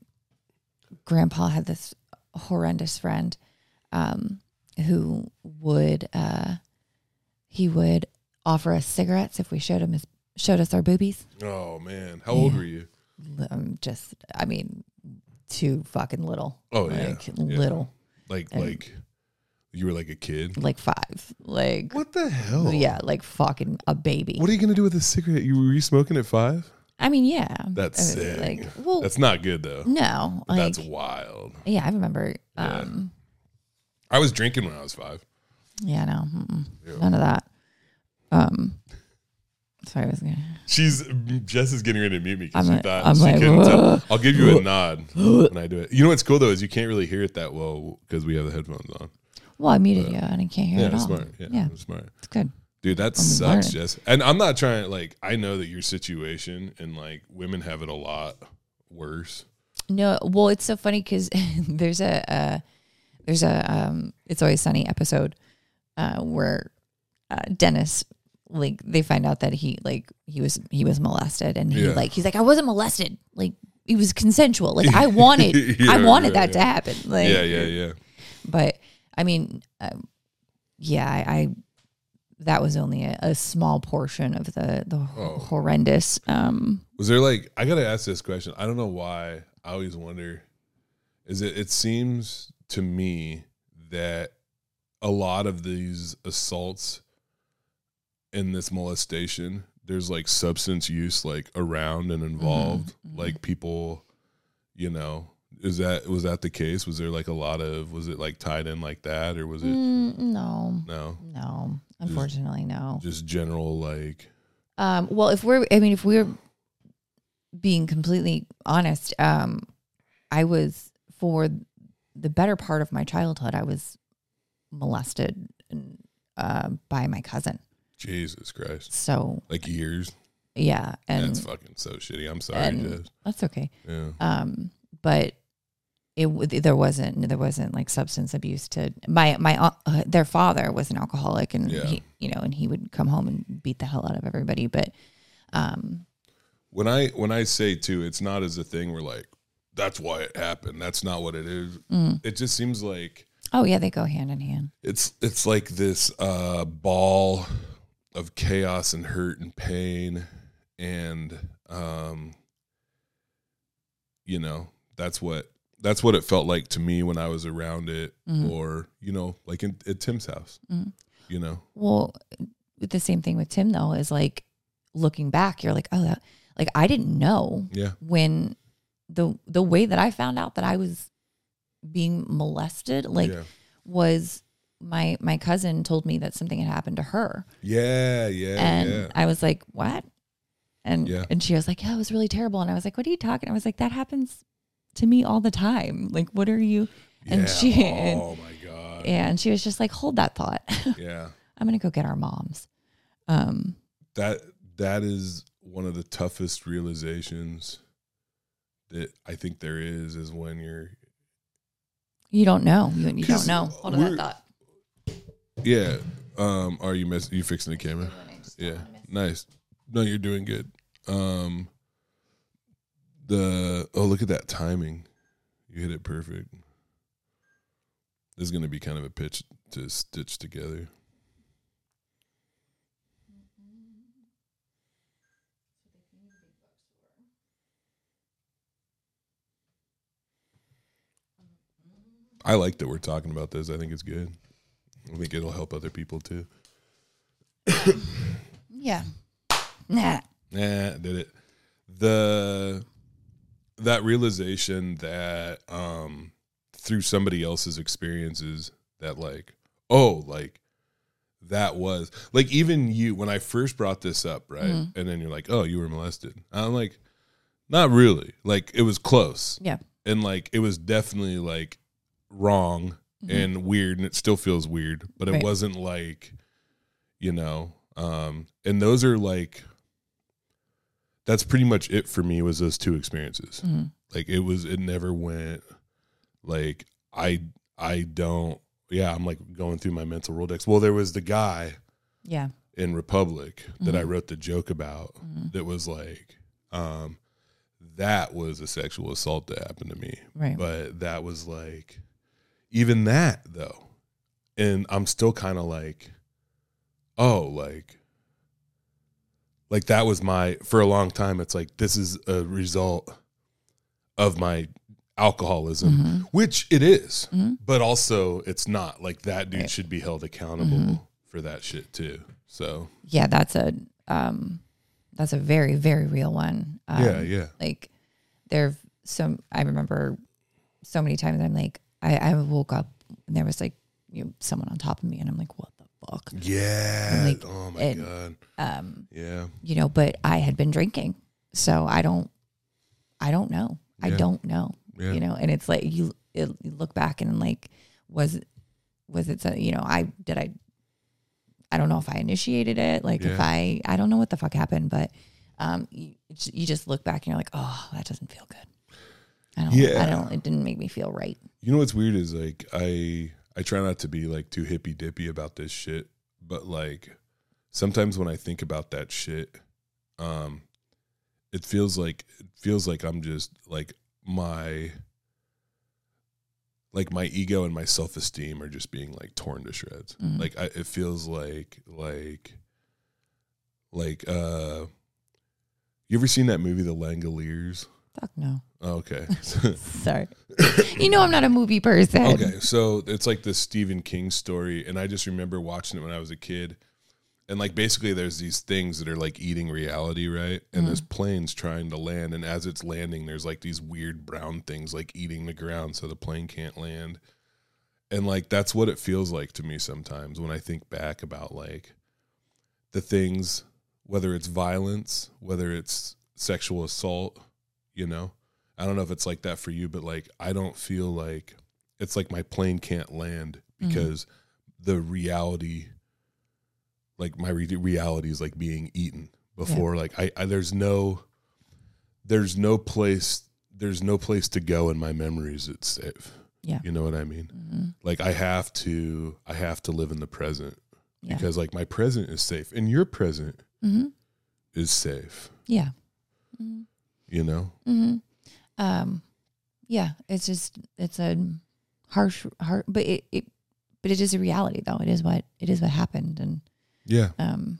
B: grandpa had this horrendous friend, um, who would uh, he would offer us cigarettes if we showed him his showed us our boobies.
A: oh man, how old
B: Yeah.
A: were you?
B: Um, just I mean, too fucking little.
A: Oh, yeah,
B: like
A: yeah.
B: little,
A: Like
B: And-
A: like you were like a kid.
B: like five, like
A: What the hell?
B: yeah, like fucking a baby.
A: What are you gonna do with a cigarette? You were you smoking at five?
B: I mean, yeah,
A: That's
B: I mean,
A: sick.
B: like well,
A: That's not good though.
B: No, like,
A: That's wild.
B: yeah, I remember.
A: Yeah.
B: Um,
A: I was drinking when I was five.
B: yeah, no, mm-mm,
A: Yeah.
B: none of that. Um, sorry, I was gonna.
A: She's Jess is getting ready to mute me because
B: I'm
A: she
B: like-
A: thought
B: I'm
A: she
B: like,
A: couldn't
B: "Whoa."
A: tell. I'll give you a
B: <gasps>
A: nod when I do it. You know what's cool though is you can't really hear it that well because we have the headphones on.
B: Well, I muted you, and I can't hear
A: Yeah,
B: it all.
A: smart. Yeah,
B: yeah,
A: smart.
B: it's good.
A: Dude, that
B: I'm
A: sucks,
B: learning.
A: Jess. And I'm not trying like I know that your situation and like women have it a lot worse.
B: No, well, it's so funny because <laughs> there's a uh, there's a um, it's always sunny episode uh, where uh, Dennis like they find out that he like he was he was molested and he
A: Yeah.
B: like he's like I wasn't molested like it was consensual like
A: <laughs>
B: I wanted I
A: Yeah,
B: wanted
A: yeah,
B: that to happen like
A: yeah, yeah, yeah.
B: but I mean, um, yeah, I, I that was only a, a small portion of the the
A: Oh.
B: horrendous. Um,
A: Was there like I gotta ask this question? I don't know why. I always wonder. Is it? It seems to me that a lot of these assaults and this molestation, there's like substance use like around and involved.
B: mhm.
A: Like people, you know, is that was that the case? Was there like a lot of? Was it like tied in like that, or was it
B: mm, no,
A: no?
B: no, unfortunately, no.
A: Just general like
B: Um, well, if we're, I mean, if we're being completely honest, um, I was for the better part of my childhood, I was molested uh, by my cousin.
A: Jesus Christ,
B: So
A: like years.
B: yeah, and
A: That's fucking so shitty. I'm sorry,
B: and-
A: Jess.
B: that's okay.
A: Yeah.
B: um but it w- there wasn't there wasn't like substance abuse to my my au- uh, their father was an alcoholic and
A: Yeah.
B: he you know and he would come home and beat the hell out of everybody but um
A: when I when I say too, it's not as a thing where like that's why it happened. That's not what it is. It just seems like
B: mm, oh yeah they go hand in hand
A: it's it's like this uh, ball of chaos and hurt and pain, and um, you know that's what that's what it felt like to me when I was around it,
B: Mhm.
A: or you know, like in, at Tim's house,
B: Mhm.
A: you know.
B: well the same thing with Tim though is like looking back you're like oh that like I didn't know
A: Yeah,
B: when the the way that I found out that I was being molested like
A: yeah,
B: was my my cousin told me that something had happened to her
A: yeah, yeah,
B: and
A: yeah.
B: I was like, "What?" And
A: Yeah.
B: and she was like, "Yeah, it was really terrible." And I was like, "What are you talking?" I was like, "That happens to me all the time. Like, what are you?" and
A: Yeah.
B: she-
A: oh my god,
B: And she was just like, "Hold that thought. <laughs>
A: yeah.
B: I'm gonna go get our moms." Um,
A: that that is one of the toughest realizations that I think there is is when you're
B: you don't know. You, you don't
A: 'Cause
B: know. Hold on that
A: we're-
B: thought.
A: yeah um are you mess you fixing the camera yeah nice No, you're doing good. Um, the oh, look at that timing. You hit it perfect. This is going to be kind of a pitch to stitch together. I like that we're talking about this. I think it's good. I think it'll help other people too.
B: Yeah. Nah.
A: Nah, did it. The that realization that um through somebody else's experiences that like, oh, like that was like even you when I first brought this up, right? And then you're like, Oh, you were molested. I'm like, not really. Like it was close.
B: Yeah.
A: And like it was definitely like wrong
B: Mm-hmm.
A: and weird and it still feels weird, but it
B: Right.
A: wasn't like, you know, um and those are like that's pretty much it for me was those two experiences. Like it was it never went like I I don't yeah, I'm like going through my mental Rolodex. Well, there was the guy
B: Yeah.
A: in Republic that I wrote the joke about that was like, um, that was a sexual assault that happened to me.
B: Right.
A: But that was like, even that though. And I'm still kind of like, oh, like, like that was my, for a long time, it's like, this is a result of my alcoholism,
B: Mm-hmm.
A: which it is, but also it's not. Like that dude
B: Right. Mm-hmm.
A: should be held accountable for that shit too. So
B: Yeah. That's a um, that's a very very real one. Um,
A: yeah, yeah,
B: Like there so I remember so many times I'm like I I woke up and there was like you know, someone on top of me and I'm like what the fuck
A: yeah.
B: like,
A: oh my
B: it-
A: god.
B: um
A: Yeah,
B: you know but I had been drinking so I don't I don't know I
A: Yeah.
B: don't know
A: yeah,
B: you know and it's like you, it, you look back and like was it was it so- you know i did i i don't know if i initiated it like
A: Yeah.
B: if i i don't know what the fuck happened but um you, you just look back and you're like oh that doesn't feel good i don't
A: Yeah.
B: i don't it didn't make me feel right
A: You know what's weird is like I I try not to be like too hippy dippy about this shit, but like sometimes when I think about that shit, um, it feels like it feels like I'm just like my like my ego and my self esteem are just being like torn to shreds.
B: Mhm.
A: Like I, it feels like like like uh, you ever seen that movie The Langoliers?
B: fuck no
A: Oh, okay. <laughs>
B: sorry <laughs> you know i'm not a movie person
A: Okay, so it's like this Stephen King story, and I just remember watching it when I was a kid. And like basically, there's these things that are like eating reality, right? And this plane's trying to land, and as it's landing, there's like these weird brown things like eating the ground, so the plane can't land. And like that's what it feels like to me sometimes when I think back about like the things, whether it's violence, whether it's sexual assault, you know. I don't know if it's like that for you, but like I don't feel like it's like my plane can't land
B: Mm-hmm.
A: because the reality like my re- reality is like being eaten before like I, I there's no there's no place there's no place to go in my memories that's safe
B: Yeah.
A: you know what i mean
B: Mm-hmm.
A: like i have to i have to live in the present
B: Yeah.
A: because like my present is safe and your present
B: hmm
A: is safe
B: yeah Mm-hmm.
A: you know
B: hmm Um, yeah, it's just it's a harsh, harsh, but it, it, but it is a reality though. It is what it is what happened, and
A: yeah
B: um,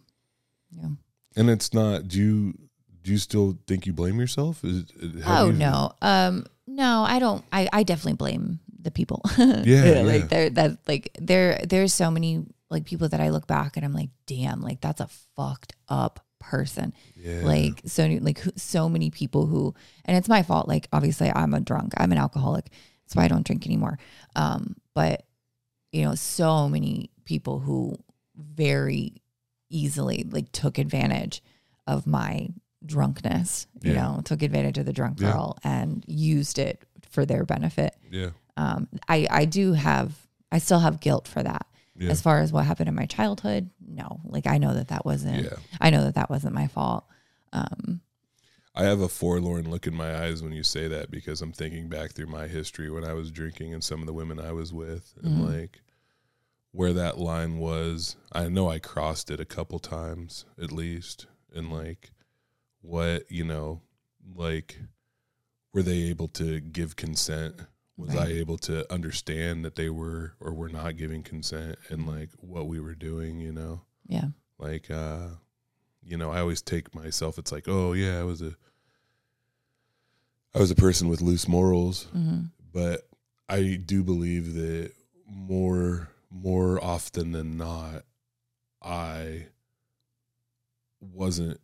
B: you know.
A: and it's not do you do you still think you blame yourself is have
B: Oh
A: you-
B: no, um, no, I don't. I I definitely blame the people. <laughs> yeah,
A: yeah.
B: like there that like there there's so many like people that I look back and I'm like, damn, like that's a fucked up person.
A: yeah
B: like so like who- so many people who and it's my fault like obviously i'm a drunk i'm an alcoholic that's why i don't drink anymore um but you know so many people who very easily like took advantage of my drunkenness you
A: Yeah.
B: know took advantage of the drunk
A: Yeah.
B: girl and used it for their benefit
A: yeah
B: um i i do have i still have guilt for that
A: yeah
B: as far as what happened in my childhood no like i know that that wasn't
A: Yeah.
B: i know that that wasn't my fault um
A: I have a forlorn look in my eyes when you say that because I'm thinking back through my history when I was drinking and some of the women I was with and
B: Mm-hmm.
A: like where that line was. I know I crossed it a couple times at least. and like what you know like were they able to give consent was
B: Right.
A: i able to understand that they were or were not giving consent and like what we were doing you know
B: Mm-hmm. Yeah.
A: like uh you know i always take myself it's like oh yeah i was a i was a person with loose morals
B: Mm-hmm.
A: but i do believe that more more often than not i wasn't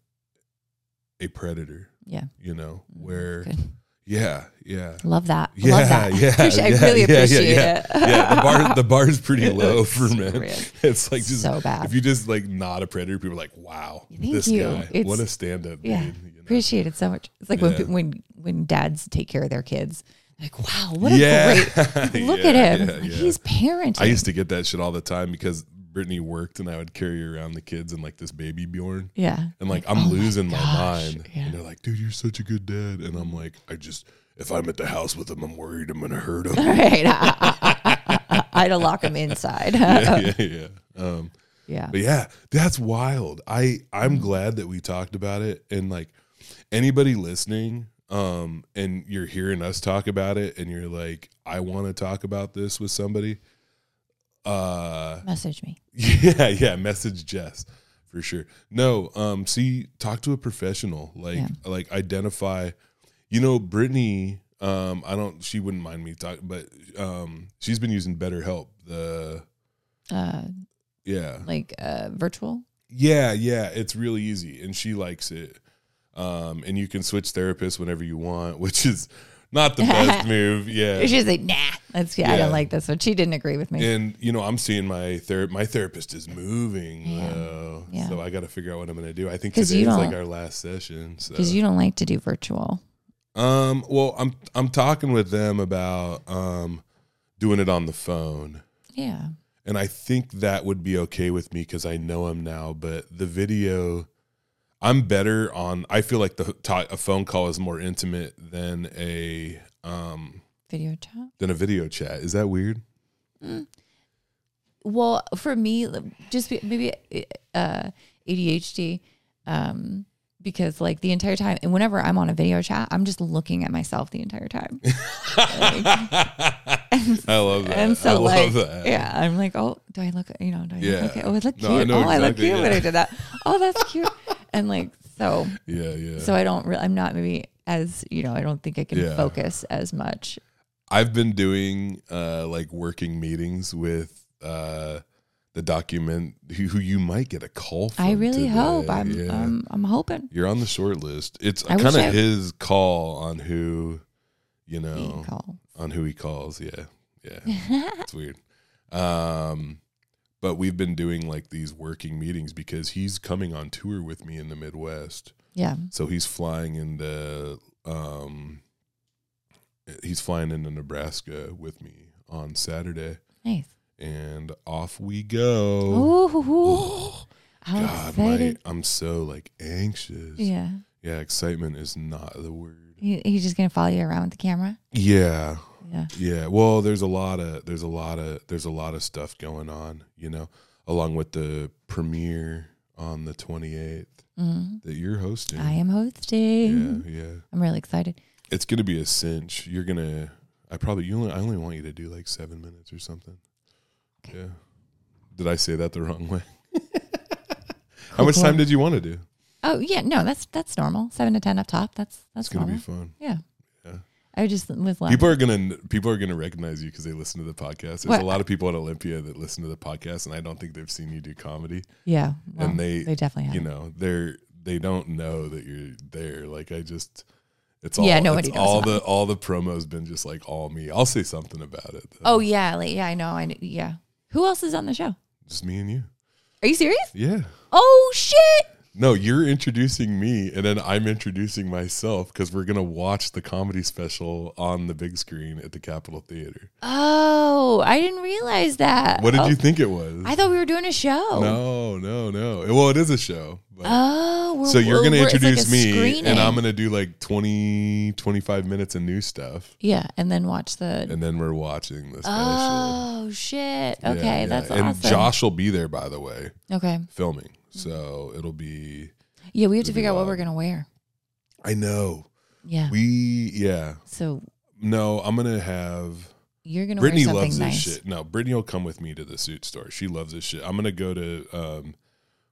A: a predator
B: Yeah. Mm,
A: you know where
B: Good.
A: yeah yeah
B: Love that.
A: Yeah,
B: Love that. <laughs>
A: yeah,
B: Appreciate- I
A: yeah,
B: really
A: yeah, yeah,
B: appreciate
A: yeah.
B: it.
A: yeah the bar
B: <laughs>
A: the bar is pretty low for men
B: Real.
A: <laughs> it's like just
B: so bad.
A: if you just like not a predator, people are like, "Wow,
B: Thank
A: this
B: you.
A: guy,
B: It's-
A: what a stand-up
B: yeah.
A: dude!" you know? <laughs>
B: appreciate it so much. It's like when
A: Yeah.
B: when when when dads take care of their kids. Like, wow, what a great
A: Yeah,
B: look at him.
A: yeah,
B: Like,
A: yeah.
B: He's parenting.
A: I used to get that shit all the time because Brittany worked, and I would carry around the kids and like this baby Bjorn,
B: yeah.
A: <laughs>
B: <laughs>
A: and like I'm
B: oh my
A: losing my,
B: gosh,
A: mind.
B: yeah.
A: And they're like, "Dude, you're such a good dad," and I'm like, "I just." If I'm at the house with him, I'm worried I'm gonna hurt him.
B: <laughs> All right. I'd lock him inside. Yeah.
A: <laughs> yeah, yeah, yeah. Um,
B: <laughs> Yeah.
A: But yeah, that's wild. I I'm glad that we talked about it and like anybody listening um and you're hearing us talk about it and you're like I want to talk about this with somebody uh
B: Message me.
A: yeah, yeah, message Jess for sure. No, um see talk to a professional like
B: Yeah.
A: like identify you know Brittany um I don't she wouldn't mind me talking but um she's been using BetterHelp the
B: Uh,
A: yeah
B: like uh, virtual.
A: Yeah, yeah, it's really easy, and she likes it. Um, and you can switch therapists whenever you want, <laughs> which is not the best move. Yeah,
B: She's like, nah, that's yeah, I
A: Yeah.
B: don't like this one. She didn't agree with me.
A: and you know, I'm seeing my ther- my therapist is moving,
B: Yeah.
A: though,
B: Yeah.
A: so I got to figure out what I'm going to do. I think
B: 'Cause you
A: today's like
B: don't-
A: our last session. So,
B: Because you don't like to do virtual.
A: um, well, I'm I'm talking with them about um doing it on the phone.
B: Yeah.
A: and I think that would be okay with me because I know him now. But the video, I'm better on. I feel like the ta- a phone call is more intimate than a um
B: Video chat.
A: than a video chat. Is that weird? <laughs>
B: well for me just be- maybe uh adhd um because like the entire time and whenever i'm on a video chat i'm just looking at myself the
A: <laughs>
B: entire time
A: I love that.
B: and so
A: I love
B: like
A: that.
B: yeah i'm like oh do i look you know do i
A: Yeah.
B: look okay oh i look
A: No,
B: cute
A: I
B: oh
A: know
B: i look
A: exactly,
B: cute when
A: yeah.
B: i did that oh that's cute <laughs> and like so
A: yeah, yeah.
B: so i don't really i'm not maybe as you know i don't think i can
A: Yeah.
B: focus as much
A: I've been doing uh like working meetings with uh the document who, who you might get a call from.
B: i really
A: today.
B: hope i'm
A: Yeah.
B: um, i'm hoping
A: You're on the short list. It's
B: I wish
A: kind of
B: I-
A: his call on who, you know,
B: being called
A: on who he calls. Yeah, yeah,
B: <laughs>
A: it's weird. Um, but we've been doing like these working meetings because he's coming on tour with me in the Midwest.
B: yeah
A: So he's flying into, um, he's flying into Nebraska with me on Saturday,
B: nice
A: and off we go.
B: oh
A: <gasps>
B: how
A: God, my,
B: excited
A: I'm so like anxious.
B: yeah
A: Yeah, excitement is not the word.
B: He, he's just gonna follow you around with the camera.
A: Yeah.
B: Yeah.
A: Yeah. Well, there's a lot of there's a lot of there's a lot of stuff going on, you know, along with the premiere on the 28th
B: hmm
A: that you're hosting.
B: I am hosting.
A: Yeah, yeah.
B: I'm really excited.
A: It's going to be a cinch. You're going to I probably you only I only want you to do like 7 minutes or something.
B: Okay.
A: Yeah. Did I say that the wrong
B: <laughs>
A: way? How much time did you want to do?
B: Oh yeah, no, that's that's normal. Seven to ten up top. That's
A: It's
B: that's
A: going to
B: normal.
A: be fun.
B: yeah.
A: Yeah.
B: I just was like,
A: People are gonna people are gonna recognize you because they listen to the podcast. There's
B: What?
A: a lot of people at Olympia that listen to the podcast, and I don't think they've seen you do comedy.
B: yeah, well,
A: and they,
B: they definitely
A: you
B: have.
A: know, they're they don't know that you're there. Like I just, it's all
B: Yeah,
A: it's
B: nobody knows
A: all
B: about
A: the all the promos been just like all me. I'll say something about it. though.
B: Oh yeah, like, yeah, I know. I kn- yeah. Who else is on the show?
A: just me and you.
B: Are you serious?
A: Yeah.
B: Oh shit!
A: No, you're introducing me, and then I'm introducing myself because we're gonna watch the comedy special on the big screen at the Capitol Theater.
B: Oh, I didn't realize that.
A: What did
B: Oh,
A: you think it was?
B: I thought we were doing a show.
A: No, no, no. Well, it is a show. But.
B: Oh, we're,
A: so you're
B: we're-
A: going to
B: we're- it's like
A: introduce
B: a
A: me and I'm
B: screening.
A: going to do like 20 25 minutes of new stuff
B: yeah, and then watch the
A: and then we're watching this kind of shit.
B: Oh shit!
A: Yeah,
B: Okay,
A: yeah.
B: that's
A: And
B: awesome. Mm.
A: Josh will be there by the way
B: okay,
A: filming. So it'll be
B: Yeah, we have to
A: It'll be
B: figure out what
A: wild.
B: we're gonna wear.
A: I know.
B: Yeah.
A: We yeah.
B: so
A: No, I'm gonna have
B: you're gonna
A: Brittany
B: wear something
A: loves
B: nice.
A: this shit. No, Brittany will come with me to the suit store. She loves this shit. I'm gonna go to um,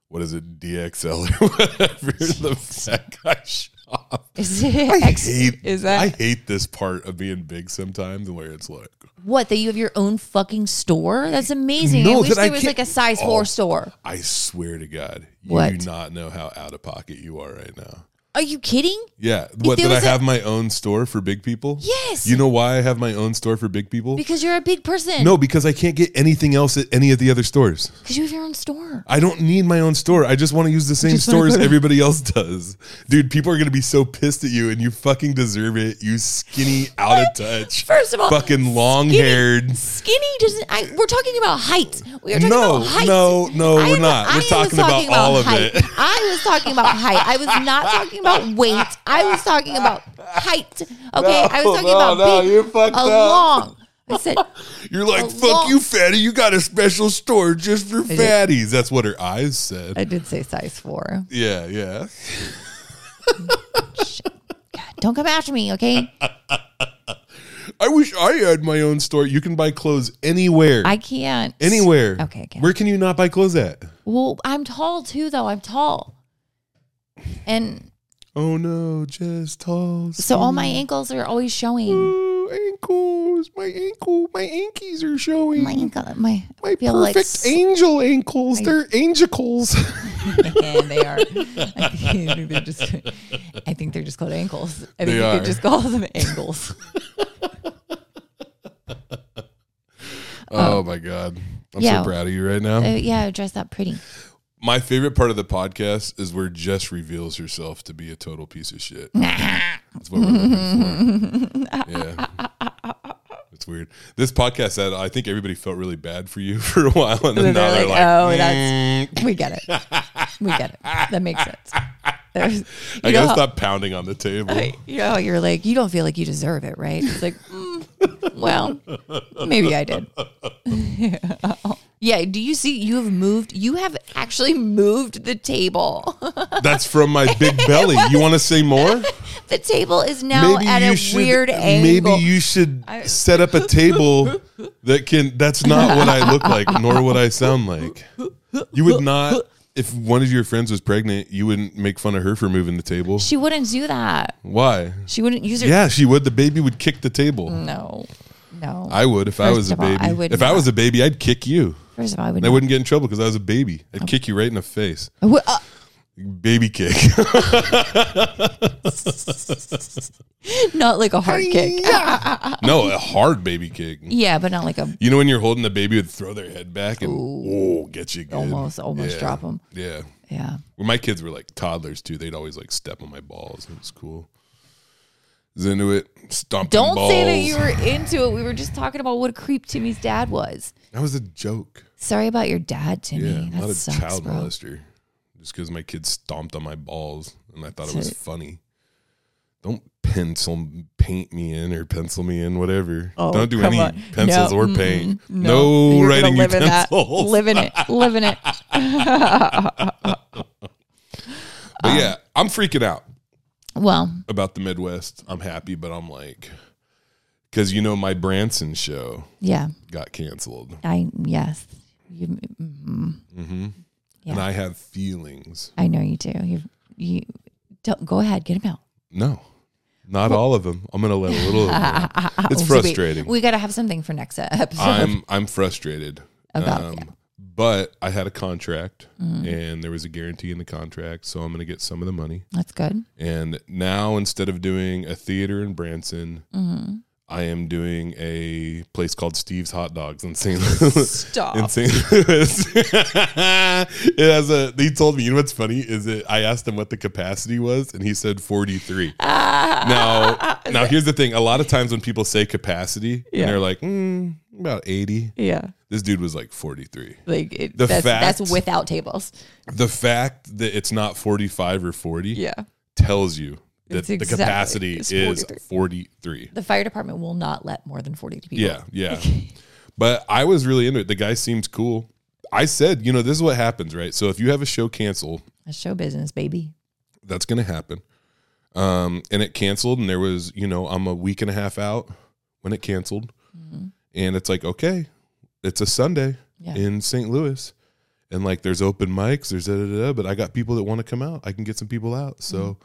A: what is it, DXL or <laughs> whatever the fat guy shop.
B: <laughs>
A: <laughs>
B: Is it?
A: I hate
B: is that
A: I hate this part of being big sometimes and where it's like
B: what? That you have your own fucking store? That's amazing.
A: No,
B: I wish
A: that I
B: there was
A: can't-
B: like a size
A: Oh.
B: four store.
A: I swear to God, you
B: What?
A: do not know how out of pocket you are right now.
B: Are you kidding?
A: Yeah. What
B: there
A: did I
B: was a-
A: have my own store for big people?
B: Yes.
A: You know why I have my own store for big people?
B: because you're a big person.
A: no, because I can't get anything else at any of the other stores.
B: Because you have your own store.
A: I don't need my own store. I just want to use the same
B: just wanna
A: store
B: go
A: as
B: to-
A: everybody else does. Dude, people are going to be so pissed at you and you fucking deserve it. You skinny, out of
B: <laughs>
A: touch,
B: First of all,
A: fucking long haired.
B: skinny doesn't. I, we're talking about height. We are talking
A: No,
B: about height.
A: no, no,
B: I
A: we're
B: am-
A: not.
B: I
A: We're
B: was
A: talking about all of
B: height.
A: it. <laughs>
B: I was talking about height. I was not talking about weight. I was talking about height. Okay, I was talking
A: no,
B: about
A: no,
B: big,
A: you're fucked
B: a
A: up.
B: long.
A: <laughs>
B: I said,
A: You're like,
B: A
A: fuck
B: long-
A: you, fatty. You got a special store just for fatties. That's what her eyes said.
B: I did say size four.
A: Yeah, yeah.
B: Don't come after me, okay?
A: I wish I had my own store. You can buy clothes anywhere.
B: I can't.
A: anywhere.
B: Okay, okay.
A: Where can you not buy clothes at?
B: Well, I'm tall too, though. I'm tall, and
A: Oh no, just tall.
B: so all my
A: Mm.
B: ankles are always showing.
A: Ooh, ankles. My ankle. My ankies are showing.
B: My ankle, my, I
A: My
B: feel
A: perfect
B: like,
A: angel ankles. They're
B: <laughs>
A: angelicles.
B: and they are. <laughs> I think they're just. I think they're just called ankles. I think
A: They
B: you
A: are.
B: could just call them <laughs> ankles.
A: oh my god. I'm
B: Yeah.
A: so proud of you right now.
B: Uh, yeah, dress up pretty.
A: My favorite part of the podcast is where Jess reveals herself to be a total piece of shit. That's what we're looking
B: <laughs>
A: for. Yeah. It's weird. This podcast that I think everybody felt really bad for you <laughs> for a while and then
B: They're
A: now they're
B: like,
A: like,
B: "Oh,
A: "Mm,
B: We get it. We get it. That makes sense. There's,
A: <laughs> I
B: you
A: gotta
B: know,
A: stop pounding on the table.
B: You know, you're like, you don't feel like you deserve it, right? It's like, mm, well, maybe I did. <laughs> yeah. Do you see? You have moved. You have actually moved the table. <laughs>
A: That's from my big belly. You wanna say more?
B: the table is now at a weird
A: maybe
B: angle.
A: you should set up a table that can that's not what I look like nor what I sound like. You would not if one of your friends was pregnant, you wouldn't make fun of her for moving the table.
B: she wouldn't do that.
A: Why?
B: She wouldn't use her.
A: Yeah, she would. The baby would kick the table.
B: No, no.
A: I would if I
B: First
A: was a
B: of all,
A: baby.
B: I would
A: if I was a baby, I'd kick you.
B: First of all, I would.
A: I wouldn't get in trouble because I was a baby. I'd kick you right in the face.
B: Wh- uh,
A: Baby kick. <laughs>
B: not like a
A: <laughs>
B: hard kick.
A: no, a hard baby kick.
B: Yeah, but not like a
A: You know when you're holding the baby would throw their head back and oh, get you good.
B: almost almost
A: Yeah.
B: drop them.
A: Yeah.
B: Yeah.
A: Well, my kids were like toddlers too. They'd always like step on my balls. It was cool. Was into it. Stomping
B: Don't
A: balls.
B: say that you were into it. We were just talking about what a creep Timmy's dad was.
A: That was a joke.
B: Sorry about your dad, Timmy.
A: Yeah,
B: that
A: not a
B: sucks,
A: child
B: bro.
A: molester. Just because my kids stomped on my balls and I thought it was
B: So-
A: funny. Don't pencil paint me in or pencil me in, whatever.
B: Oh,
A: Don't do
B: come
A: any
B: on.
A: pencils
B: No,
A: or
B: mm-mm,
A: paint.
B: no.
A: No,
B: You're gonna
A: writing
B: live in that.
A: utensils.
B: Living it,
A: <laughs>
B: living it.
A: But yeah, I'm freaking out
B: Well,
A: about the Midwest. I'm happy, but I'm like, because you know, my Branson show
B: yeah,
A: got canceled.
B: I yes, you, mm,
A: And
B: Yeah.
A: I have feelings.
B: I know you do. You you don't go ahead, get him out.
A: No, not all of them. I'm going to let a little of them.
B: <laughs>
A: It's
B: Oh, So wait,
A: frustrating.
B: we got to have something for next episode.
A: I'm I'm frustrated.
B: About- Mm-hmm.
A: um, But I had a contract, and there was a guarantee in the contract, so I'm going to get some of the money.
B: That's good.
A: And now, instead of doing a theater in Branson,
B: Mm-hmm.
A: I am doing a place called Steve's Hot Dogs in St. Louis.
B: Stop.
A: In St. Louis, <laughs> it has a. He told me, you know what's funny is it. I asked him what the capacity was, and he said forty
B: <laughs>
A: three. now, now here's the thing. A lot of times when people say capacity,
B: Yeah.
A: and they're like mm, about eighty,
B: yeah,
A: this dude was like forty three.
B: like it,
A: The
B: that's
A: fact-
B: that's without tables.
A: The fact that it's not forty five or forty
B: Yeah,
A: tells you that
B: It's
A: the
B: exactly-
A: capacity
B: it's
A: is forty three.
B: the fire department will not let more than forty people.
A: Yeah, yeah.
B: <laughs>
A: but I was really into it. The guy seems cool. I said, you know, this is what happens, right? So if you have a show cancel,
B: That's show business, baby.
A: that's going to happen. Um, and it canceled, and there was, you know, I'm a week and a half out when it canceled.
B: Mhm.
A: And it's like, okay, it's a Sunday
B: Yeah.
A: in St. Louis. And like, there's open mics, there's da da da, da, but I got people that want to come out. I can get some people out. So,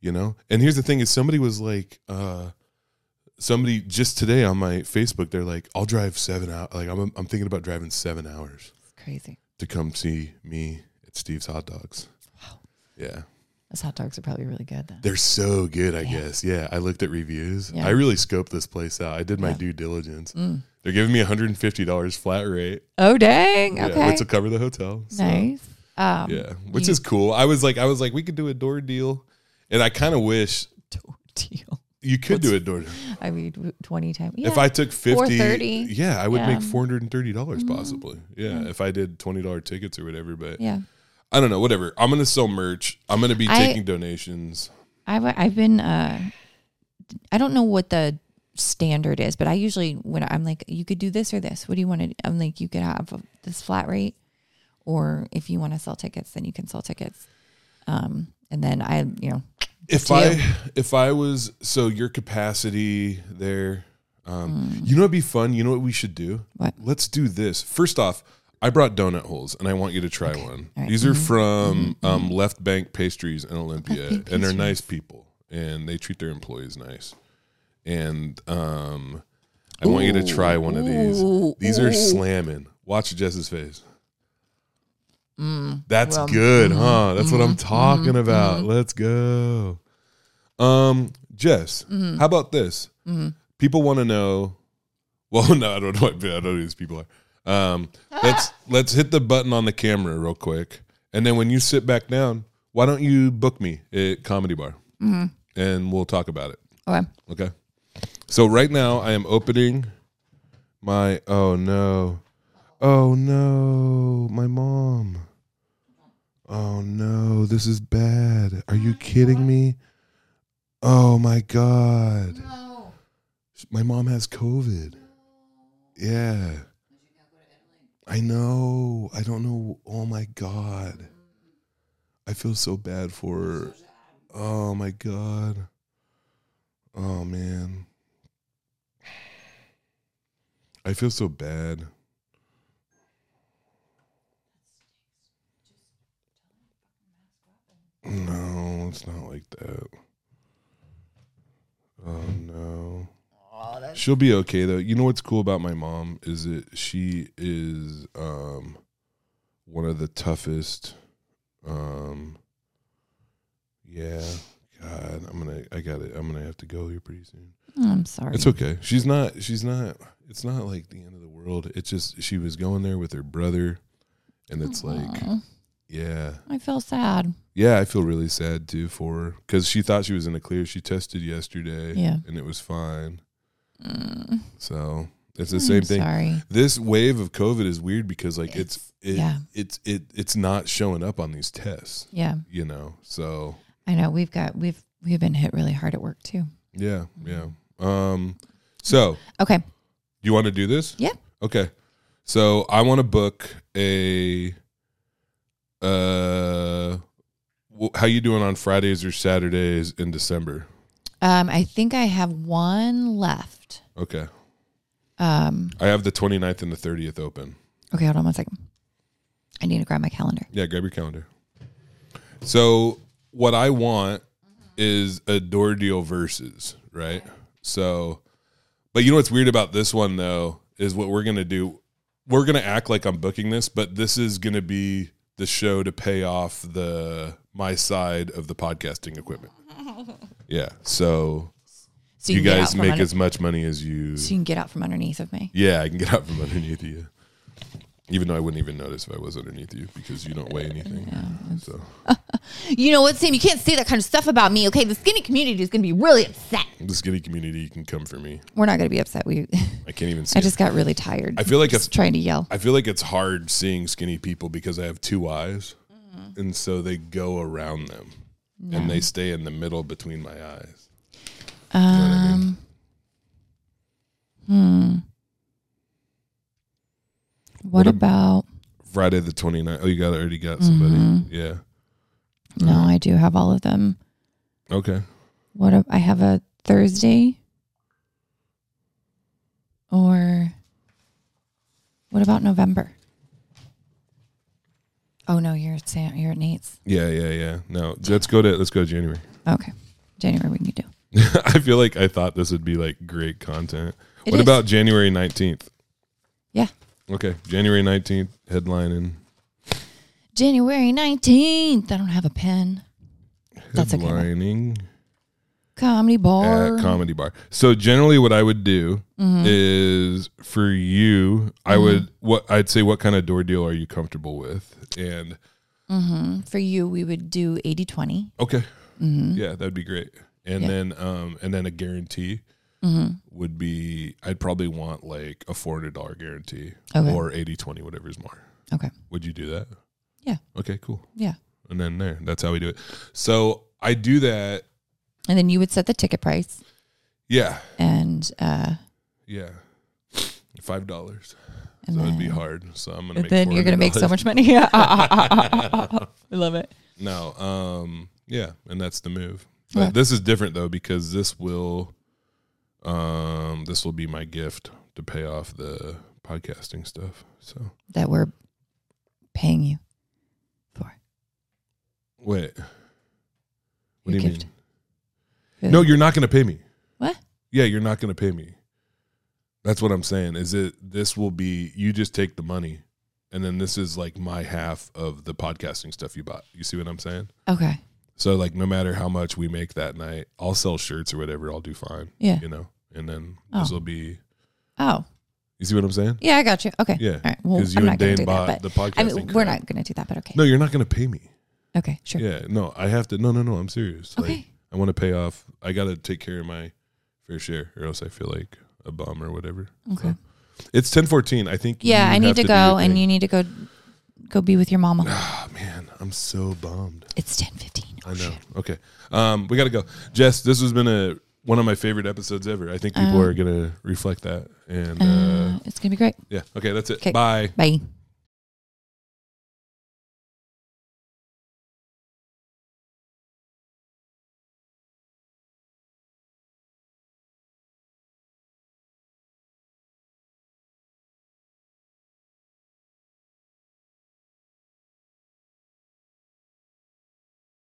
A: you know, and here's the thing is somebody was like, uh, somebody just today on my Facebook, they're like, I'll drive seven hours. Like, I'm, I'm thinking about driving seven hours
B: It's crazy.
A: to come see me at Steve's Hot Dogs. Yeah.
B: Those hot dogs are probably really good then.
A: They're so good, I
B: Yeah.
A: guess. Yeah, I looked at reviews.
B: Yeah.
A: I really scoped this place out. I did my
B: Yeah.
A: due diligence.
B: Mm.
A: They're giving me $150 flat rate,
B: Oh dang.
A: yeah,
B: Okay.
A: which will cover the hotel. So,
B: nice. Um,
A: Yeah, which
B: you-
A: is cool. I was like, I was like, we could do a door deal, and I kind of wish
B: Door deal.
A: you could do a door deal.
B: <laughs> I mean, w- twenty times. Yeah.
A: If I took fifty,
B: 430.
A: yeah, I would
B: Yeah. Mm-hmm.
A: make four hundred and thirty dollars possibly. Yeah, if I did twenty dollar tickets or whatever. But
B: yeah.
A: I don't know. Whatever. I'm gonna sell merch. I'm gonna be
B: I-
A: taking donations.
B: I've I've been uh, I don't know what the standard is, but I usually when I'm like, you could do this or this. What do you want to? do? I'm like, you could have a- this flat rate, or if you want to sell tickets, then you can sell tickets. Um, and then I, you know,
A: if
B: to
A: I
B: you.
A: if I was so your capacity there, um, you know it'd be fun. You know what we should do?
B: Mm. What?
A: Let's do this. First off, I brought donut holes, and I want you to try one.
B: All right. Mm-hmm.
A: These are from um, Left Bank Pastries in Olympia,
B: Bank
A: and they're
B: Pastries.
A: nice people, and they treat their employees nice. And um, I want you to try one of these.
B: Ooh,
A: These are
B: ooh.
A: slamming. Watch Jess's face.
B: Mm.
A: That's good,
B: mm-hmm.
A: huh? That's what I'm talking about. Let's go. Um, Jess, how about this? People want to know. <laughs> Well, no, I don't know. What, I don't know who these people are. Um, let's let's hit the button on the camera real quick, and then when you sit back down, why don't you book me at Comedy Bar, and we'll talk about it.
B: okay.
A: Okay. So right now I am opening my oh no. Oh no, my mom. Oh no, this is bad. Are you kidding me? Oh my god. My mom has COVID. Yeah. I know. I don't know. Oh my god. I feel so bad for her. Oh my god. Oh man. I feel so bad. No, it's not like that. Oh no. She'll be okay though. You know what's cool about my mom is that she is um one of the toughest um yeah. God, I'm gonna I got it. I'm gonna have to go here pretty soon.
B: I'm sorry.
A: It's okay. She's not. She's not. It's not like the end of the world. It's just she was going there with her brother, and it's like,
B: Aw,
A: yeah,
B: I feel sad.
A: yeah. I feel really sad too for her because she thought she was in the clear. She tested yesterday,
B: Yeah.
A: and it was fine.
B: Mm,
A: So it's the
B: I'm
A: same thing.
B: Sorry.
A: This wave of COVID is weird because like it's, it,
B: yeah.
A: it's it it's not showing up on these tests,
B: Yeah,
A: you know. So
B: I know. We've got we've we've been hit really hard at work too.
A: yeah, yeah.
B: Mm-hmm.
A: Um, so
B: Okay.
A: Do you want to do this?
B: Yeah.
A: Okay. So I want to book a. Uh, wh- how you doing on Fridays or Saturdays in December?
B: Um, I think I have one left.
A: Okay.
B: Um,
A: I have the 29th and the 30th open.
B: okay, hold on one second. I need to grab my calendar.
A: Yeah, grab your calendar. So what I want is a door deal versus, right? So but you know what's weird about this one though is what we're gonna do. We're gonna act like I'm booking this, but this is gonna be the show to pay off the my side of the podcasting equipment. Yeah. So
B: So
A: you,
B: can get out
A: guys
B: from
A: make
B: under-
A: as much money as you
B: so you can get out from underneath of me.
A: Yeah, I can get out from underneath you. Even though I wouldn't even notice if I was underneath you because you don't weigh anything. So
B: You know what, Sam? You can't say that kind of stuff about me. Okay, the skinny community is going to be really upset.
A: the skinny community can come for me.
B: We're not going to be upset. We, <laughs>
A: I can't even. See
B: I
A: it.
B: just got really tired.
A: I feel like
B: just trying to yell.
A: I feel like it's hard seeing skinny people because I have two eyes,
B: Mm-hmm.
A: and so they go around them, and they stay in the middle between my eyes. You know what I mean?
B: Um, hmm. What
A: What ab-
B: about Mm-hmm.
A: Friday the 29th. Oh, you got already got somebody. Yeah.
B: No, I do have all of them.
A: Okay.
B: What a, I have a Thursday or what about November? Oh no, you're at Sam, you're at Nate's.
A: Yeah, yeah, yeah. No, let's go to let's go to January. <laughs>
B: Okay. January we can do.
A: I feel like I thought this would be like great content.
B: It
A: what
B: is.
A: about January 19th?
B: Yeah.
A: Okay, January 19th headlining.
B: January 19th? I don't have a pen. That's a good one.
A: headlining
B: Comedy bar.
A: at comedy bar. So generally what I would do
B: Mm-hmm.
A: is for you, I would what I'd say what kind of door deal are you comfortable with? And
B: Mhm. For you, we would do 80 20.
A: okay.
B: Mm-hmm.
A: Yeah, that'd be great. And then um and then a guarantee
B: Mm-hmm.
A: would be I'd probably want like a $400 guarantee
B: Okay.
A: or 80/20 whatever's more.
B: Okay.
A: Would you do that?
B: Yeah.
A: Okay, cool.
B: Yeah.
A: And then there, that's how we do it. So I do that.
B: And then you would set the ticket price
A: Yeah.
B: and uh
A: Yeah. Five dollars.
B: and
A: That would be
B: then-
A: hard. So I'm gonna
B: But
A: make
B: then you're gonna make so
A: $400.
B: much money. <laughs> I love it.
A: No. Um yeah, and that's the move. But
B: Yeah.
A: this is different though because this will um this will be my gift to pay off the podcasting stuff. So
B: That we're paying you for.
A: wait. What
B: Your
A: do you
B: gift.
A: mean? No, you're not gonna pay me.
B: What?
A: Yeah, you're not going to pay me. That's what I'm saying. Is it this will be you just take the money and then this is like my half of the podcasting stuff you bought. You see what I'm saying?
B: Okay.
A: So like no matter how much we make that night, I'll sell shirts or whatever, I'll do fine,
B: Yeah.
A: you know. And then
B: Oh.
A: this will be
B: Oh.
A: You see what I'm saying?
B: Yeah, I got you. Okay.
A: Yeah.
B: All right. Well,
A: Because
B: I'm
A: you
B: not
A: and
B: gonna
A: Dane
B: do
A: bought
B: that, but
A: the podcast.
B: I mean we're not gonna do that, but okay.
A: No, you're not going to pay me.
B: Okay, sure.
A: Yeah. No, I have to No, no, no, I'm serious. Like
B: okay.
A: I want to pay off. I got to take care of my fair share or else I feel like a bum or whatever.
B: Okay.
A: It's ten fourteen. I think.
B: Yeah,
A: you
B: I need
A: have
B: to
A: do
B: go
A: your
B: and
A: thing.
B: you need to go go be with your mama.
A: <sighs> Ah, man, I'm so bummed.
B: It's ten fifteen.
A: I know. Okay. Um, we gotta go. Jess, this has been a one of my favorite episodes ever. I think people
B: Uh,
A: are gonna reflect that. And uh,
B: Uh, it's gonna be great.
A: yeah. Okay, that's it.
B: 'kay.
A: Bye.
B: Bye.